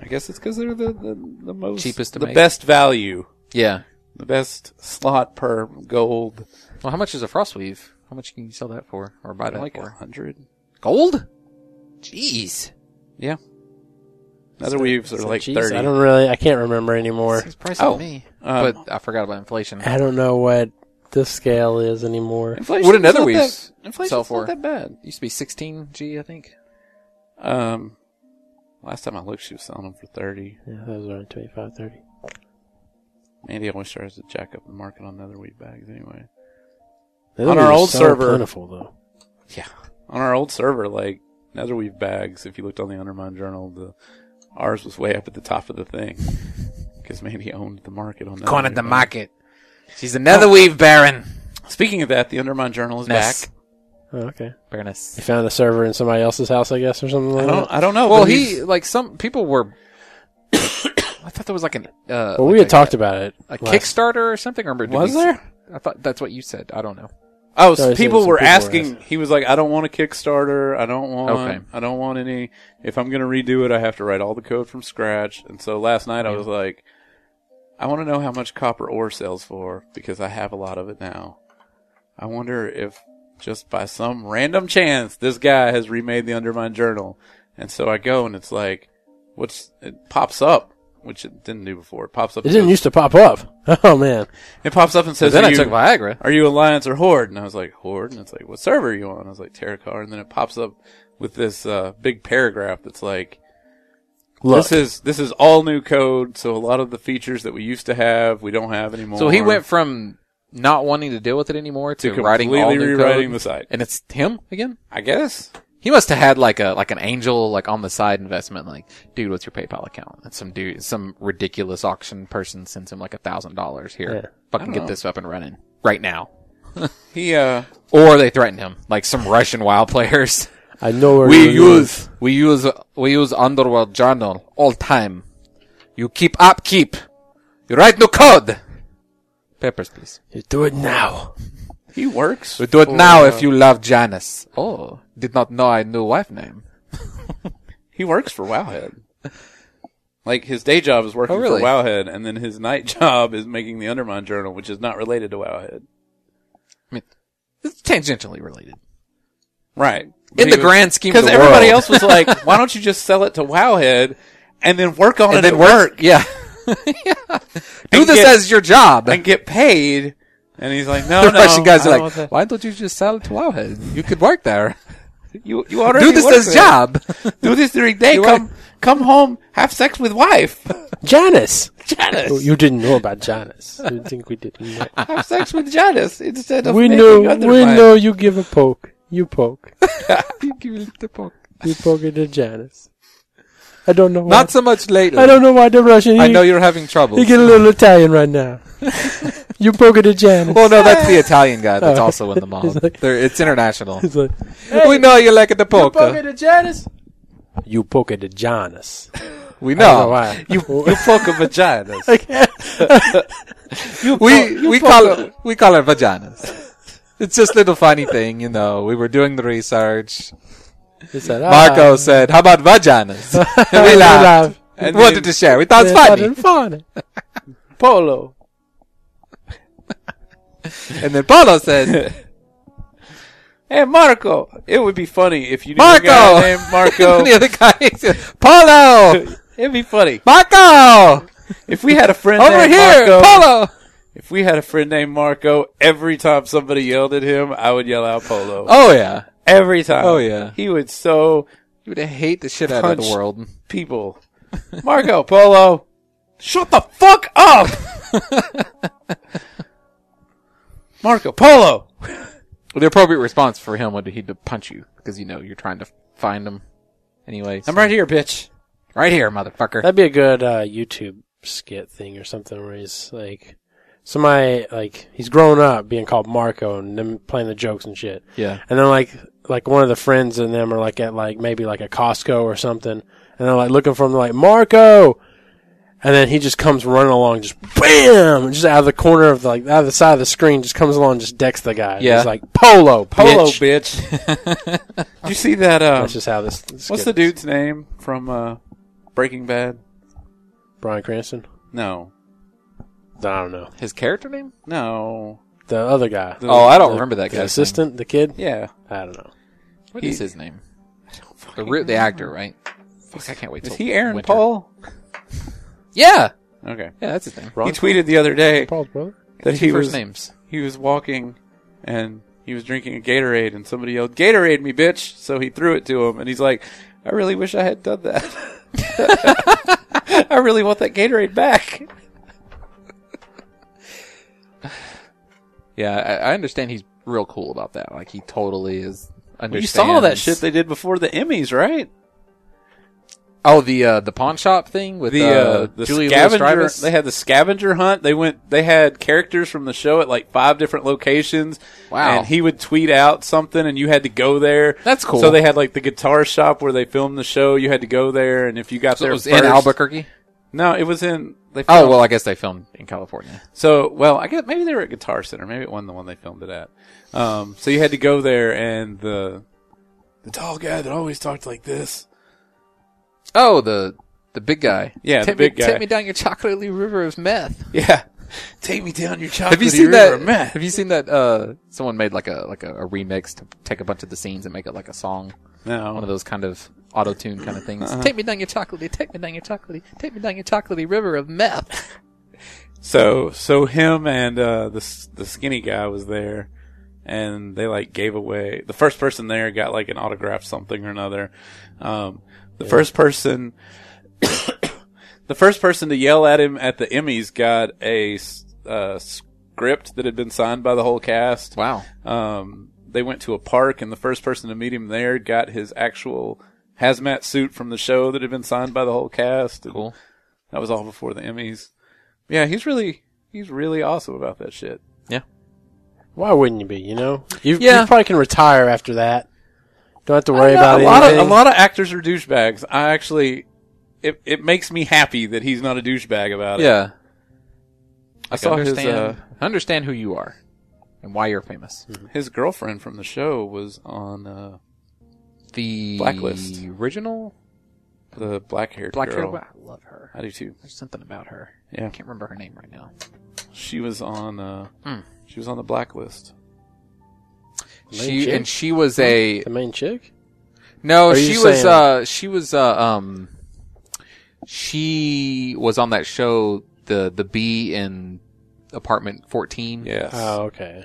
B: I guess it's because they're the, the, the most.
A: Cheapest to
B: The
A: make.
B: best value.
A: Yeah.
B: The best slot per gold.
A: Well, how much is a frostweave? How much can you sell that for or buy that
B: like a
A: for?
B: 100.
A: Gold? Jeez.
B: Yeah. Netherweaves are like
D: Jeez,
B: 30.
D: I don't really. I can't remember anymore.
A: Seems pricey
B: Oh,
A: to me.
B: um,
A: but I forgot about inflation.
D: I don't know what the scale is anymore.
B: Inflation
A: What did
B: is not
A: Netherweaves
B: that- Inflation's
A: sell
B: not
A: for?
B: that bad.
A: Used to be 16G, I think.
B: Um, last time I looked, she was selling them for 30.
D: Yeah, that was around 25, 30.
B: Mandy always tries to jack up the market on other wheat bags anyway.
D: They
B: On
D: don't
B: our
D: even
B: old
D: sell
B: server.
D: plentiful, though.
B: Yeah. On our old server, like Netherweave bags, if you looked on the Undermine Journal, the ours was way up at the top of the thing because Mandy owned the market on that.
A: Cornered the market. She's another weave baron.
B: Speaking of that, the Undermine Journal is
A: Ness.
B: back.
D: Oh, okay.
A: Baroness.
D: You found the server in somebody else's house, I guess, or something
B: I
D: like
B: don't.
D: that.
B: I don't know.
A: Well,
B: Oh, but
A: he
B: he's-
A: like some people were. I thought there was like an. Uh,
D: Well,
A: like
D: we had
A: a-
D: talked about it.
A: a
D: last-
A: Kickstarter or something. Or did
B: was
A: we-
B: there.
A: I thought that's what you said. I don't know.
B: Oh,
D: Sorry,
B: so
D: so some
B: people
D: people
B: were
D: were
B: asking. He was like, "I don't want a Kickstarter. I don't want.
A: Okay.
B: I don't want any. If I'm going to redo it, I have to write all the code from scratch." And so last night I was like, I want to know how much copper ore sells for because I have a lot of it now. I wonder if just by some random chance this guy has remade the Undermine Journal. And so I go and it's like, what's, it pops up, which it didn't do before. It pops up.
D: It
B: and
D: didn't
B: goes-
D: used to pop up. Oh man,
B: it pops up and says,
A: then
B: "Are
A: I
B: you-
A: took Viagra.
B: are you Alliance or Horde? And I was like, Horde. And it's like, what server are you on? I was like, Terracar. And then it pops up with this uh, big paragraph that's like,
D: look,
B: this is this is all new code. So a lot of the features that we used to have, we don't have anymore.
A: So he went from not wanting to deal with it anymore to,
B: completely
A: writing all new
B: rewriting
A: code.
B: the site.
A: and it's him again.
B: I guess.
A: He must have had like a like an angel like on the side investment. Like, dude, what's your PayPal account? And some dude, some ridiculous auction person sends him like a thousand dollars here. Fucking get this up and running right now.
B: He uh,
A: Or they threatened him, like some Russian WoW players.
D: I know where
A: We
D: you're going.
A: use we use we use Underworld Journal all time. You keep up, keep. You write new code. Peppers, please.
D: You do it now.
B: he works.
A: We do it now if you love Janice. Oh, did not know I knew wife name.
B: He works for Wowhead. Like his day job is working
A: Oh, really?
B: for Wowhead, and then his night job is making the Undermine Journal, which is not related to Wowhead.
A: I mean, it's tangentially related.
B: Right.
A: In the grand scheme of
B: Because
A: the
B: everybody
A: world.
B: else was like, why don't you just sell it to Wowhead and then work on it
A: and then
B: at
A: work. Yeah. Yeah. Do this
B: get-
A: as your job.
B: and get paid? And he's like, no,
A: the
B: no.
A: Russian guys
B: I
A: are
B: don't want
A: like,
B: that.
A: why don't you just sell it to Wowhead? You could work there.
B: you, you already
A: Do this
B: work
A: as
B: there.
A: job.
B: Do this during day.
A: You
B: come, come home, have sex with wife.
D: Janice. Oh,
B: Janice.
D: you didn't know about Janice. You think we didn't know?
B: have sex with Janice instead of
D: we
B: making
D: know.
B: other
D: We
B: wives.
D: know you give a poke. You poke.
A: Not
D: You poke it at Janice. I don't know. Why.
A: so much lately.
D: I don't know why the Russian. He,
A: I know you're having trouble.
D: he get a little Italian right now. you poke it at Janice.
A: Well, Oh, no, that's the Italian guy that's
D: Oh.
A: also in the mob.
D: He's like-
A: They're- it's international.
D: It's like,
A: we know you like the
D: you poke
A: polka.
D: it at Janice. You poke it at Janice.
A: We
D: I don't know
A: know.
D: why.
B: You fuck a vagina.
A: We we call it we call it vaginas. It's just a little funny thing, you know. We were doing the research.
D: He said, ah,
A: Marco said, "How about vaginas?" And we laughed.
B: And
A: wanted
B: then-
A: to share. We thought it was funny.
D: funny. Polo.
A: And then Paulo said,
B: Hey Marco, it would be funny if you knew a
A: Marco!
B: guy named Marco.
A: and the other guy, said, "Paulo,
B: It'd be funny
A: Marco,
B: if we had a friend
A: over
B: named
A: here,
B: Marco.
A: Paulo."
B: If we had a friend named Marco, every time somebody yelled at him, I would yell out Polo.
A: Oh yeah,
B: Every time.
A: Oh, yeah.
B: He would so
A: you would hate the shit out of the
B: Punch.
A: world.
B: people. Marco Polo, shut the fuck up. Marco Polo.
A: The appropriate response for him would be to punch you because you know you're trying to find him. Anyways,
B: I'm right here, bitch.
A: right here, motherfucker.
D: That'd be a good uh, YouTube skit thing or something where he's like, somebody like he's grown up being called Marco and them playing the jokes and shit,
A: yeah,
D: and then like like one of the friends and them are like at like maybe like a Costco or something, and they're like looking for him like Marco, and then he just comes running along, just bam, just out of the corner of the, like out of the side of the screen, just comes along, and just decks the guy.
A: Yeah.
D: he's like Polo,
B: Polo,
D: bitch."
B: bitch. Did you see that? Um,
D: That's just how this. this
B: what's the
D: skit-
B: dude's name from uh, Breaking Bad?
D: Bryan Cranston?
B: No,
D: I don't know
A: his character name?
B: no.
D: the other guy.
B: The-
A: Oh, I don't
D: The-
A: remember that
D: The
A: guy's
D: assistant, the kid.
B: Yeah.
D: I don't know.
A: name. What is his name? The re- the actor, right? Fuck, I can't wait.
B: Is
A: till
B: he Aaron
A: winter.
B: Paul?
A: Yeah,
B: Okay.
A: yeah, that's his name.
B: He tweeted the other day
D: Paul's brother.
B: that
A: Two
B: he
A: first
B: was
A: names.
B: he was walking and he was drinking a Gatorade and somebody yelled Gatorade me bitch so he threw it to him and he's like I really wish I had done that I really want that Gatorade back
A: Yeah, I, I understand he's real cool about that. Like he totally is.
B: you
A: Understands.
B: saw that shit they did before the Emmys right
A: oh, the uh, the pawn shop thing with
B: the
A: uh,
B: uh, the
A: Julie
B: scavenger
A: Louis-Dreyfus?
B: they had the scavenger hunt they went they had characters from the show at like five different locations
A: Wow.
B: and he would tweet out something and you had to go there
A: That's cool.
B: so they had like the guitar shop where they filmed the show you had to go there and if you got
A: So
B: there
A: it was in
B: first-
A: Albuquerque.
B: no it was in they
A: Oh
B: filmed-
A: well, I guess they filmed in California.
B: So, well, I guess maybe they were at Guitar Center. Maybe it wasn't the one they filmed it at. Um, so you had to go there, and the the tall guy that always talked like this.
A: Oh, the The big guy.
B: Yeah, the
A: take
B: big
A: me,
B: guy.
A: Take me down your chocolatey river of meth.
B: Yeah. Take me down your chocolate.
A: Have you seen
B: river,
A: that?
B: man.
A: Have you seen that? Uh, someone made like a like a, a remix to take a bunch of the scenes and make it like a song.
B: No.
A: One of those kind of auto tune kind of things. Take me down your chocolatey. Take me down your chocolatey. Take me down your chocolatey river of meth.
B: So so him and uh, the s- the skinny guy was there, and they like gave away the first person there got like an autograph something or another. Um, the first person, the first person to yell at him at the Emmys got a s- uh, script that had been signed by the whole cast.
A: Wow.
B: Um, they went to a park, and the first person to meet him there got his actual hazmat suit from the show that had been signed by the whole cast. And
A: Cool.
B: That was all before the Emmys. Yeah, he's really he's really awesome about that shit.
D: Why wouldn't you be? You know, you
A: Yeah.
D: you probably can retire after that. Don't have to worry
B: Yeah,
D: about
B: a
D: anything.
B: lot of a lot of actors are douchebags. I actually, it it makes me happy that he's not a douchebag about it.
A: Yeah.
B: I
A: So
B: saw his
A: understand,
B: uh, Hmm.
A: understand who you are and why you're famous.
B: his girlfriend from the show was on uh,
A: The
B: Blacklist.
A: original
B: the black haired
A: black
B: girl.
A: girl. I love her.
B: I do too.
A: There's something about her.
B: Yeah.
A: I can't remember her name right now.
B: She was on uh, she was on the blacklist.
A: She
D: chick?
A: and she was a
D: the main chick.
A: no.
D: Are you
A: She was
D: saying-
A: uh she was uh um she was on that show the the bee in apartment 14.
B: Yes.
D: Oh, okay.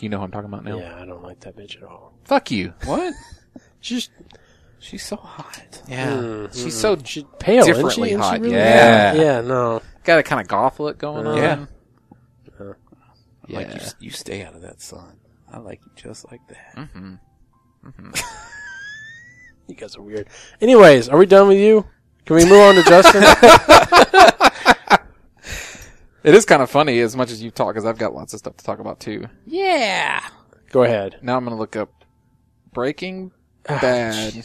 A: You know who I'm talking about now.
D: Yeah, I don't like that bitch at all.
A: Fuck you.
B: What?
D: She's
B: She's so hot.
A: Yeah.
D: Mm,
B: Mm-hmm.
A: She's so
D: she pale, isn't
A: Differently
D: she? Isn't she
A: hot,
D: really
A: yeah.
D: hot? yeah. No,
A: got a kind of goth look going on.
B: Yeah.
A: Yeah.
B: Like you, you stay out of that sun. I like you just like that.
D: you guys are weird. Anyways, are we done with you? Can we move on to Justin?
A: It is kind of funny as much as you talk, because I've got lots of stuff to talk about too.
D: Go ahead.
A: Now I'm gonna look up Breaking Bad.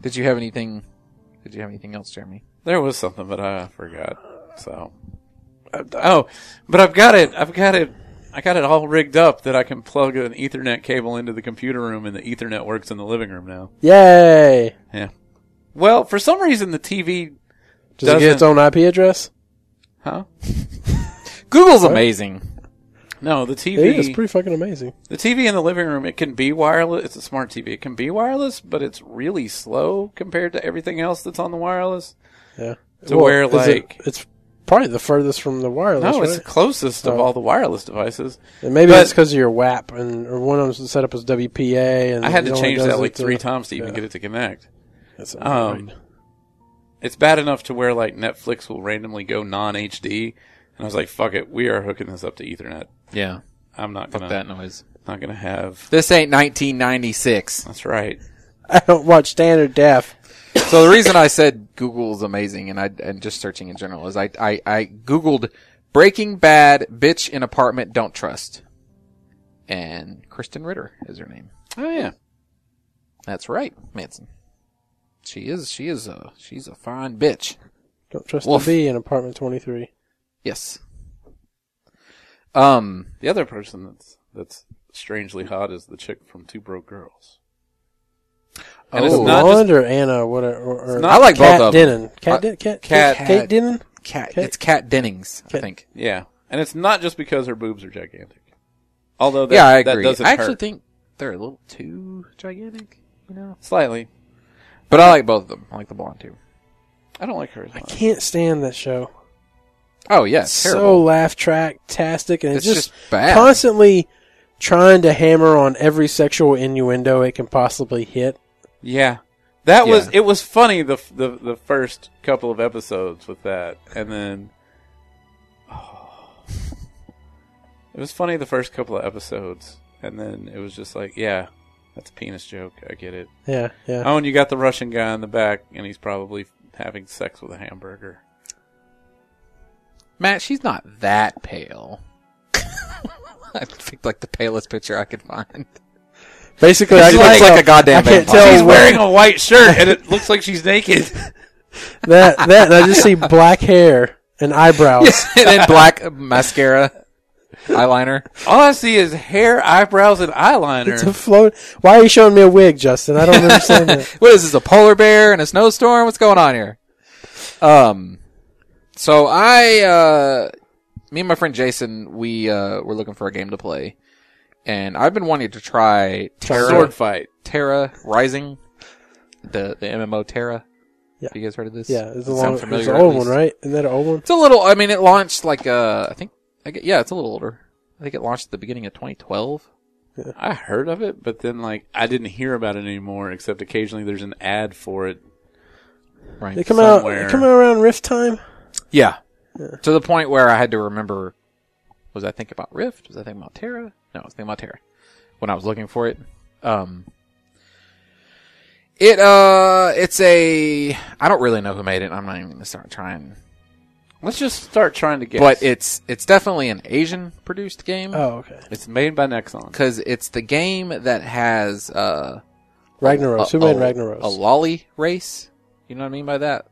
A: did you have anything? Did you have anything else, Jeremy?
B: There was something, but I forgot. So, oh, but I've got it. I've got it. I got it all rigged up that I can plug an Ethernet cable into the computer room, and the Ethernet works in the living room now.
D: Yay!
B: Yeah. Well, for some reason, the TV,
D: Does it get its own IP address?
B: huh?
A: Google's amazing.
B: No, the
D: It is
B: TV,
D: pretty fucking amazing.
B: the TV in the living room, it can be wireless. It's a smart TV. It can be wireless, but it's really slow compared to everything else that's on the wireless.
D: Yeah.
B: To where,
D: is it-
B: like-
D: it's probably the furthest from the wireless.
B: No, it's
D: Oh,
B: the
D: right?
B: closest of
D: Oh.
B: all the wireless devices.
D: And maybe
B: But-
D: it's because of your WAP, and or one of them's set up as WPA. And
B: I had
D: it
B: to
D: only
B: change
D: does
B: that
D: it
B: like
D: to-
B: three times to even
D: yeah.
B: get it to connect.
D: That's
B: Um,
D: right.
B: It's bad enough to where like Netflix will randomly go non HD, and I was like, "Fuck it, we are hooking this up to Ethernet.
A: Yeah.
B: I'm not
A: Fuck
B: gonna
A: that noise.
B: not gonna have."
A: This ain't 1996.
B: That's right.
D: I don't watch standard def.
A: so the reason I said Google's amazing, and I and just searching in general is I I, I googled Breaking Bad bitch in apartment don't trust, and Kristen Ritter is her name.
B: Oh yeah,
A: That's right, Manson. She is she is a she's a fine bitch.
D: Don't trust
A: Woof.
D: the B in apartment twenty three.
A: Yes. Um,
B: the other person that's that's strangely hot is the chick from Two Broke Girls. And it's
A: Oh.
B: not just
D: Blonde or Anna? What? Or, or, or
B: not-
A: I like
D: Kat
A: both of them.
D: Denon. Kat, Den- Kat,
B: Uh, Kat-
D: Kate Denon.
A: Cat.
D: Kat-
A: It's Cat Dennings, I think.
B: yeah, and it's not just because her boobs are gigantic. Although that,
A: yeah, I
B: that
A: agree.
B: doesn't
A: I actually
B: hurt.
A: think they're a little too gigantic, you know.
B: slightly.
A: But I like both of them. I like the blonde too.
B: I don't like her. As much.
D: Can't stand that show.
A: Oh yeah, it's
D: So
A: terrible.
D: laugh track tastic, and
A: it's
D: it's
A: just,
D: just,
A: bad.
D: constantly trying to hammer on every sexual innuendo it can possibly hit.
B: Yeah. That
A: Yeah.
B: was it was funny the, f- the the first couple of episodes with that and then It was funny the first couple of episodes and then it was just like, yeah, that's a penis joke. I get it.
D: Yeah, yeah.
B: Oh, and you got the Russian guy in the back and he's probably having sex with a hamburger.
A: Matt, she's not that pale. I picked like the palest picture I could find.
D: Basically, I
A: She
D: can't
A: looks like
D: tell-
A: a goddamn
D: I can't
A: vampire.
D: tell
A: She's
B: He's
D: where-
B: wearing a white shirt and it looks like she's naked.
D: that. That and I just see black hair and eyebrows.
A: and then black mascara, eyeliner.
B: All I see is hair, eyebrows and eyeliner.
D: It's a float. Why are you showing me a wig, Justin? I don't understand that.
A: What is this? A polar bear and a snowstorm? What's going on here? Um, so I, uh, me and my friend Jason, we uh, were looking for a game to play, and I've been wanting to try Terra,
B: Sword fight.
A: Terra Rising, the the MMO Terra.
D: Yeah.
A: you guys heard of this?
D: Yeah,
A: Does
D: it's a
A: it sound
D: long, it's
A: familiar,
D: an
A: at
D: old
A: least?
D: one, right? Isn't that an old one?
A: It's a little. I mean, it launched like uh, I think. I get, yeah, it's a little older. I think it launched at the beginning of 2012.
B: I heard of it, but then like I didn't hear about it anymore. Except occasionally there's an ad for it.
A: Right.
D: They come out,
B: Somewhere.
D: they come out around Rift time.
A: Yeah. To the point where I had to remember was I thinking about Rift? Was I thinking about Terra? No, I was thinking about Terra when I was looking for it. Um It uh it's a I don't really know who made it. I'm not even going to start trying.
B: Let's just start trying to guess.
A: But it's it's definitely an Asian produced game
D: Oh, okay.
B: it's made by Nexon.
A: cuz it's the game that has uh
D: Ragnaros. Who
A: a-
D: made Ragnaros?
A: Uh, oh, A lolly race. You know what I mean by that?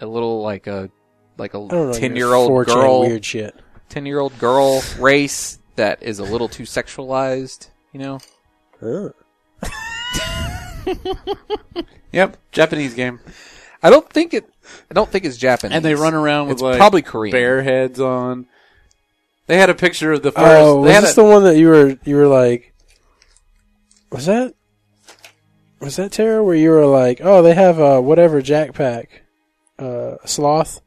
A: A little like a like
D: I don't
A: a
D: know.
A: 10-year-old
D: 4chan
A: girl
D: Weird shit.
A: 10 year old girl race that is a little too sexualized, you know?
D: Oh.
B: Yep, Japanese game,
A: I don't think it, I don't think it's Japanese.
B: and they run around with
A: It's
B: like
A: probably Korean.
B: bear heads on. They had a picture of the first.
D: Oh,
B: they
D: was
B: had
D: this
B: a-
D: the one that you were you were like? Was that was that terror where you were like, oh, they have uh, whatever jackpack, uh, sloth,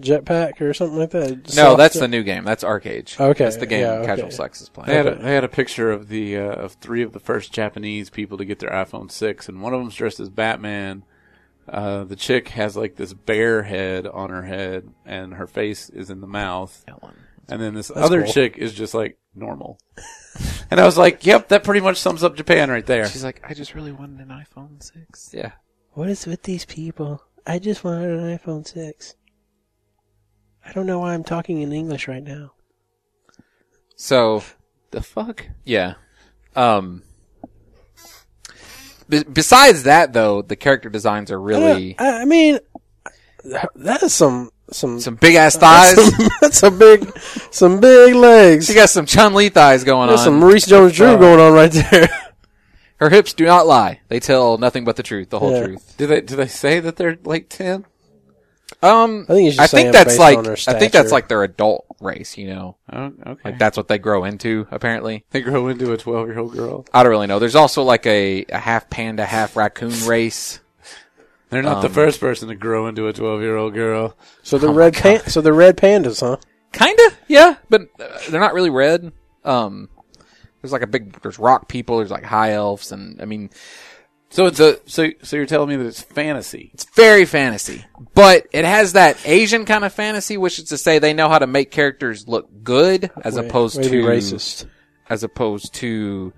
D: jetpack or something like that?
A: No,
D: Sloth
A: that's
D: jet-
A: the new game. That's Arcade.
D: Okay,
A: That's the game
D: yeah, okay.
A: Casual Sex is playing.
B: They had, a, they had a picture of the uh, of three of the first Japanese people to get their iPhone six, and one of them's dressed as Batman. Uh, the chick has like this bear head on her head, and her face is in the mouth. And then this other
D: cool.
B: chick is just like normal. and I was like, "Yep, that pretty much sums up Japan right there."
A: She's like, I just really wanted an iPhone 6. Yeah.
D: What is with these people? I just wanted an iPhone 6. I don't know why I'm talking in English right now.
A: So,
B: The fuck?
A: yeah. Um, be- besides that though, the character designs are
D: I,
A: really
D: don't- I- I mean, that is some some
A: some big ass thighs.
D: that's some, that's some big some big legs.
A: She got some Chun Li thighs going
D: There's
A: on. Uh,
D: some Maurice Jones-Drew going on right there.
A: Her hips do not lie. They tell nothing but the truth, the whole
D: Yeah.
A: truth.
B: Do they do they say that they're like ten?
A: Um,
D: I think he's just saying
A: that's
D: based
A: like
D: on their
A: I think that's
D: stature.
A: like their adult race. You know,
B: Oh, okay.
A: like that's what they grow into. Apparently,
B: They grow into a twelve year old girl.
A: I don't really know. There's also like a, a half panda, half raccoon race.
B: They're not
A: Um,
B: the first person to grow into a twelve year old girl.
D: So the red pan- so the red pandas, huh?
A: Kinda, yeah, but uh, they're not really red. Um, there's like a big there's rock people. There's like high elves, and I mean, so it's a
B: So so you're telling me that it's fantasy?
A: it's very fantasy, but it has that Asian kind of fantasy, which is to say they know how to make characters look good as
D: Way-
A: opposed
D: way
A: to
D: to be racist.
A: as opposed to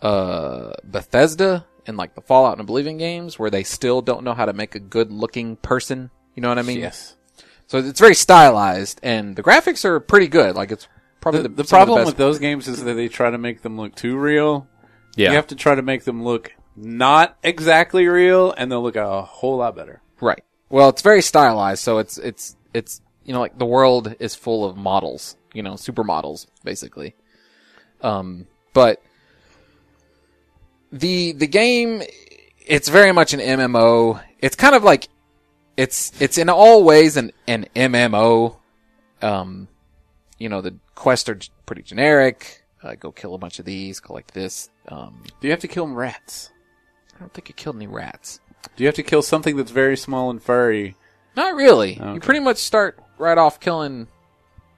A: uh, Bethesda and like the Fallout and Oblivion games, where they still don't know how to make a good looking person. You know what I mean?
B: Yes.
A: So it's very stylized, and the graphics are pretty good. Like it's probably
B: The,
A: the,
B: the
A: some of
B: problem
A: best-
B: with those games is that they try to make them look too real.
A: yeah,
B: You have to try to make them look not exactly real, and they'll look a whole lot better.
A: right. Well, it's very stylized, so it's it's it's you know like the world is full of models, you know, supermodels basically. Um, but the the game it's very much an MMO. It's kind of like it's it's in all ways an an MMO. Um, you know the quests are g- pretty generic. Uh, go kill a bunch of these, collect this. Um,
B: Do you have to kill rats?
A: I don't think it killed any rats.
B: Do you have to kill something that's very small and furry?
A: Not really.
B: Oh, Okay.
A: You pretty much start right off killing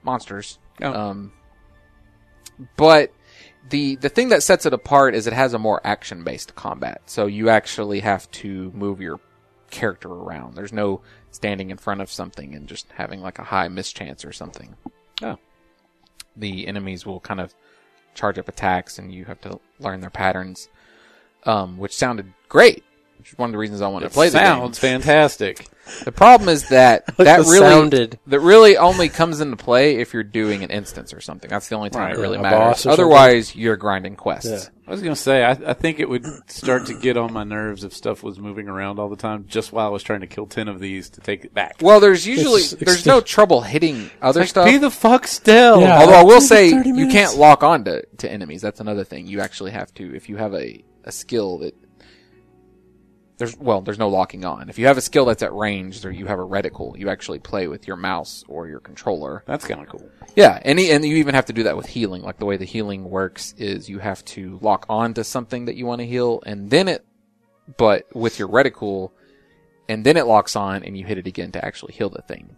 A: monsters.
B: Oh.
A: Um, but the the thing that sets it apart is it has a more action based combat. So you actually have to move your character around. There's no standing in front of something and just having like a high mischance or something.
B: Oh.
A: The enemies will kind of charge up attacks and you have to learn their patterns. Um, which sounded great. Which is one of the reasons I wanted to play the game.
B: sounds fantastic.
A: The problem is that that
D: the
A: really
D: sounded.
A: that really only comes into play if you're doing an instance or something. That's the only time
B: Right,
A: it really
D: yeah, a
A: matters.
D: boss or something.
A: Otherwise, you're grinding quests.
B: I was gonna say, I, I think it would start to get on my nerves if stuff was moving around all the time, just while I was trying to kill ten of these to take it back.
A: Well, there's usually
D: It's- it's
A: there's no trouble hitting other
B: Like,
A: stuff.
B: Be the fuck still.
D: Yeah.
A: Oh, Although I will
D: 20 to
A: say
D: 30
A: you
D: minutes.
A: can't lock on to, to enemies. That's another thing. You actually have to if you have a, a skill that there's well, there's no locking on. If you have a skill that's at range, or you have a reticle, you actually play with your mouse or your controller.
B: That's kind of cool.
A: Yeah, and he- and you even have to do that with healing. Like the way the healing works is you have to lock on to something that you want to heal, and then it, but with your reticle, and then it locks on, and you hit it again to actually heal the thing.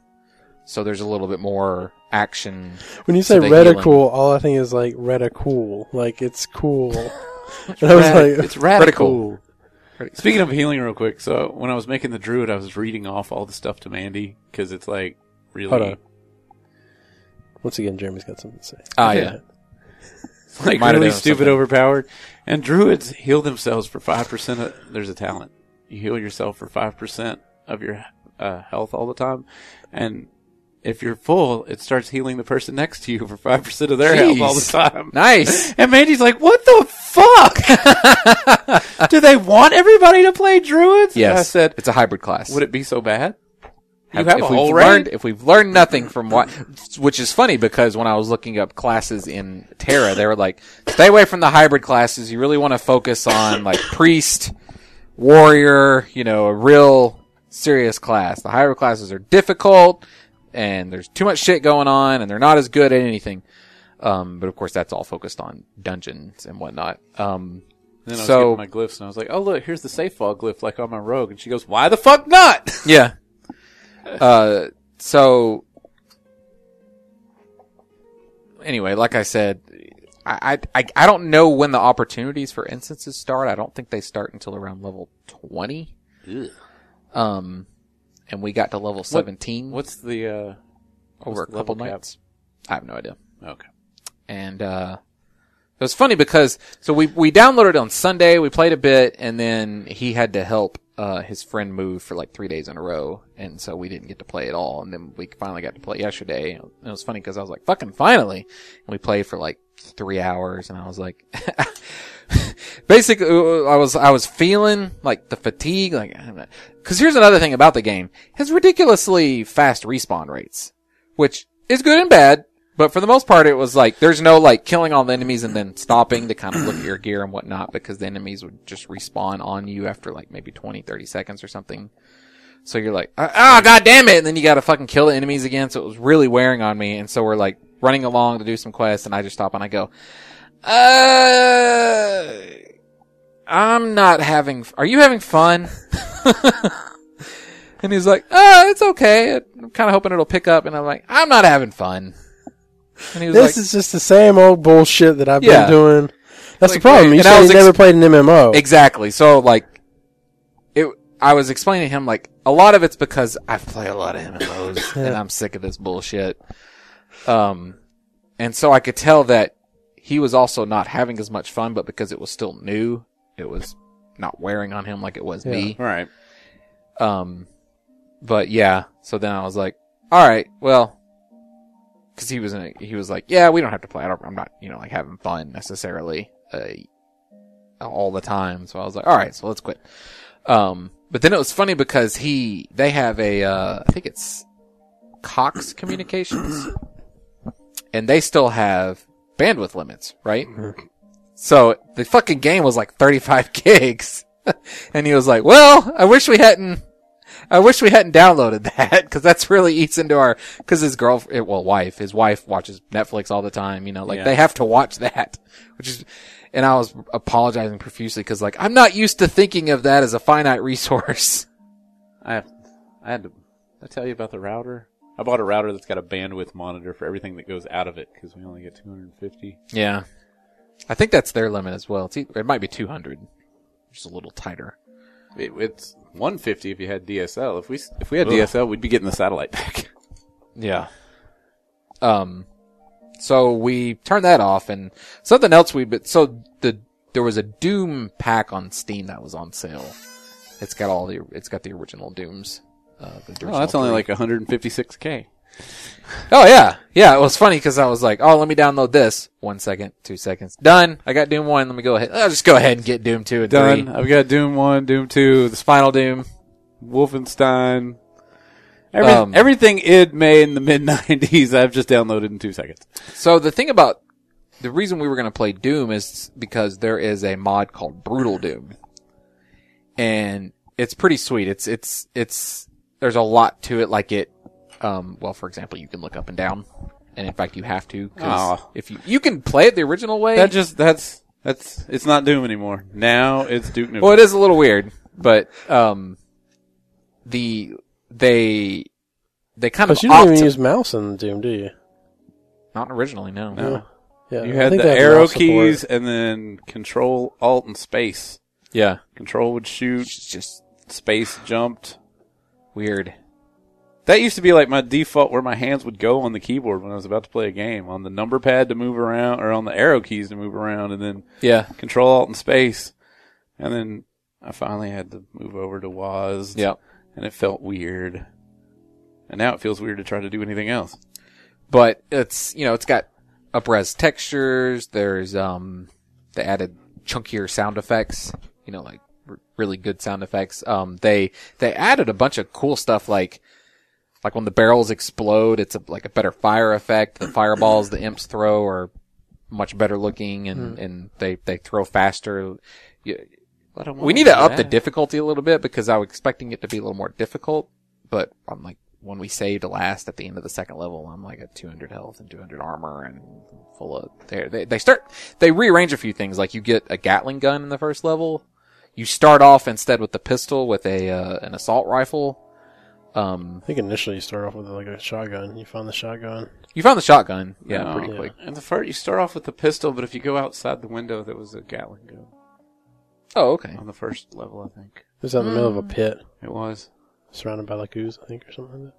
A: So there's a little bit more action.
D: When you say
A: the healing.
D: reticle, all I think is like reticool. Like it's cool. and I was
B: Rad-
D: like,
B: it's radical.
A: Radical.
B: Speaking of healing, real quick. So when I was making the druid, I was reading off all the stuff to Mandy because it's like really
D: Hold on. once again, Jeremy's got something to say.
A: Ah,
B: Yeah.
A: yeah.
B: it's, like
A: Might have
B: really
A: done
B: stupid,
A: something.
B: overpowered. And druids heal themselves for five percent. of There's a talent. You heal yourself for five percent of your uh, health all the time, and if you're full, it starts healing the person next to you for five percent of their health all the
A: Jeez.
B: time.
A: Nice.
B: And Mandy's like, "What the fuck? Do they want everybody to play druids?" And
A: Yes.
B: I said,
A: it's a hybrid class.
B: "Would it be so bad? You
A: Have-
B: have,
A: if
B: a
A: we've
B: whole
A: learned,
B: raid.
A: if we've learned nothing from what, which is funny because when I was looking up classes in Terra, they were like, stay away from the hybrid classes. You really want to focus on like priest, warrior, you know, a real serious class. The hybrid classes are difficult and there's too much shit going on and they're not as good at anything. Um, but of course that's all focused on dungeons and whatnot. Um,
B: And then I was
A: So-
B: getting my glyphs, and I was like, "Oh look, here's the safe fall glyph, like on my rogue." And she goes, "Why the fuck not?"
A: Yeah. Uh, so anyway, like I said, I, I I- I don't know when the opportunities for instances start. I don't think they start until around level twenty. Um, and we got to level seventeen
B: What's the uh,
A: over a
B: what's the
A: couple
B: level cap?
A: nights. I have no idea.
B: Okay.
A: and uh it was funny because so we we downloaded it on Sunday, we played a bit, and then he had to help uh his friend move for like three days in a row, and so we didn't get to play at all. And then we finally got to play yesterday. And it was funny because I was like, "Fucking finally!" And we played for like three hours, and I was like. Basically, I was I was feeling like the fatigue, like because here's another thing about the game: it has ridiculously fast respawn rates which is good and bad. But for the most part, it was like there's no like killing all the enemies and then stopping to kind of look at your gear and whatnot because the enemies would just respawn on you after like maybe 20, 30 seconds or something. So you're like, ah, ah, god damn it. And then you got to fucking kill the enemies again. So it was really wearing on me. And so we're like running along to do some quests and I just stop and I go, uh, I'm not having, are you having fun? And he's like, "Oh, it's okay. I'm kind of hoping it'll pick up." And I'm like, "I'm not having fun." And he was
D: This
A: like,
D: is just the same old bullshit that I've
A: Yeah.
D: been doing. That's
A: Like,
D: the problem. You
A: and I
D: said
A: was
D: you
A: ex-
D: never played an MMO.
A: "Exactly." So like, it. I was explaining to him like a lot of it's because I've played a lot of MMOs and I'm sick of this bullshit. Um, and so I could tell that he was also not having as much fun, but because it was still new, it was not wearing on him like it was me.
B: All right.
A: Um, but yeah, so then I was like, all right, well, cause he was in a, he was like, yeah, we don't have to play. I don't, I'm not, you know, like having fun necessarily, uh, all the time. So I was like, all right, so let's quit. Um, but then it was funny because he, they have a, uh, I think it's Cox Communications and they still have bandwidth limits, right? So the fucking game was like 35 gigs. and he was like, well, I wish we hadn't, I wish we hadn't downloaded that cause that's really eats into our, cause his girl, eh, well, wife, his wife watches Netflix all the time, you know, like
B: Yeah.
A: they have to watch that, which is, and I was apologizing profusely cause like, I'm not used to thinking of that as a finite resource.
B: I have, I had to. Did I tell you about the router. I bought a router that's got a bandwidth monitor for everything that goes out of it because we only get 250.
A: Yeah. I think that's their limit as well. It's, e- it might be 200, which is a little tighter.
B: It, it's 150 if you had DSL. If we s- if we had DSL, we'd be getting the satellite back.
A: Yeah. Um, so we turned that off and something else we, but so the, there was a Doom pack on Steam that was on sale. It's got all the, it's got the original Dooms. Uh, the
B: Oh, that's
A: original
B: only
A: three.
B: like 156k.
A: Oh yeah, yeah. It was funny because I was like, "Oh, let me download this." One second, two seconds, done. I got Doom one. Let me go ahead. I'll just go ahead and get Doom two and
B: Done.
A: three.
B: I've got Doom one, Doom two, the
A: Final Doom.
B: Wolfenstein. Every,
A: Um,
B: everything id made in the mid 90s, I've just downloaded in two seconds.
A: So the thing about the reason we were going to play Doom is because there is a mod called Brutal Doom, and it's pretty sweet. It's it's it's there's a lot to it. Like it, um, well, for example, you can look up and down, and in fact, you have to 'cause
B: Aw.
A: if you you can play it the original way.
B: That just that's that's it's not Doom anymore. Now it's Duke Nukem.
A: well, it is a little weird, but um, the they they kind of
D: But you don't
A: opt
D: even
A: to-
D: use mouse in Doom, do you?
A: not originally no.
D: Yeah,
B: You
D: I
B: had
D: think
B: the
D: they have
B: arrow
D: mouse support.
B: keys and then Control Alt and Space.
A: yeah
B: Control would shoot,
A: it's just
B: Space jumped.
A: weird.
B: That used to be like my default where my hands would go on the keyboard when I was about to play a game, on the number pad to move around or on the arrow keys to move around and then
A: Yeah,
B: Control Alt and Space. And then I finally had to move over to WASD.
A: yeah.
B: and it felt weird. And now it feels weird to try to do anything else.
A: but it's you know it's got upres textures. There's um they added chunkier sound effects. You know, like r- really good sound effects. Um, they they added a bunch of cool stuff like like when the barrels explode, it's a, like a better fire effect. The fireballs the imps throw are much better looking, and and they they throw faster. You- we need
B: Oh,
A: to up the difficulty a little bit because I was expecting it to be a little more difficult, but I'm like, when we saved last at the end of the second level, I'm like at 200 health and 200 armor and full of, they, they, they start, they rearrange a few things. Like you get a Gatling gun in the first level. You start off instead with the pistol with a, uh, an assault rifle. Um,
D: I think initially you start off with like a shotgun. You found the shotgun.
A: you found the shotgun. Yeah,
B: No.
A: pretty
D: Yeah.
A: quick.
B: And the first, you start off with the pistol, but if you go outside the window, there was a Gatling gun
A: Oh, okay.
B: on the first level, I think.
D: It was out in the middle of a pit,
B: It was.
D: surrounded by like ooze, I think, or something like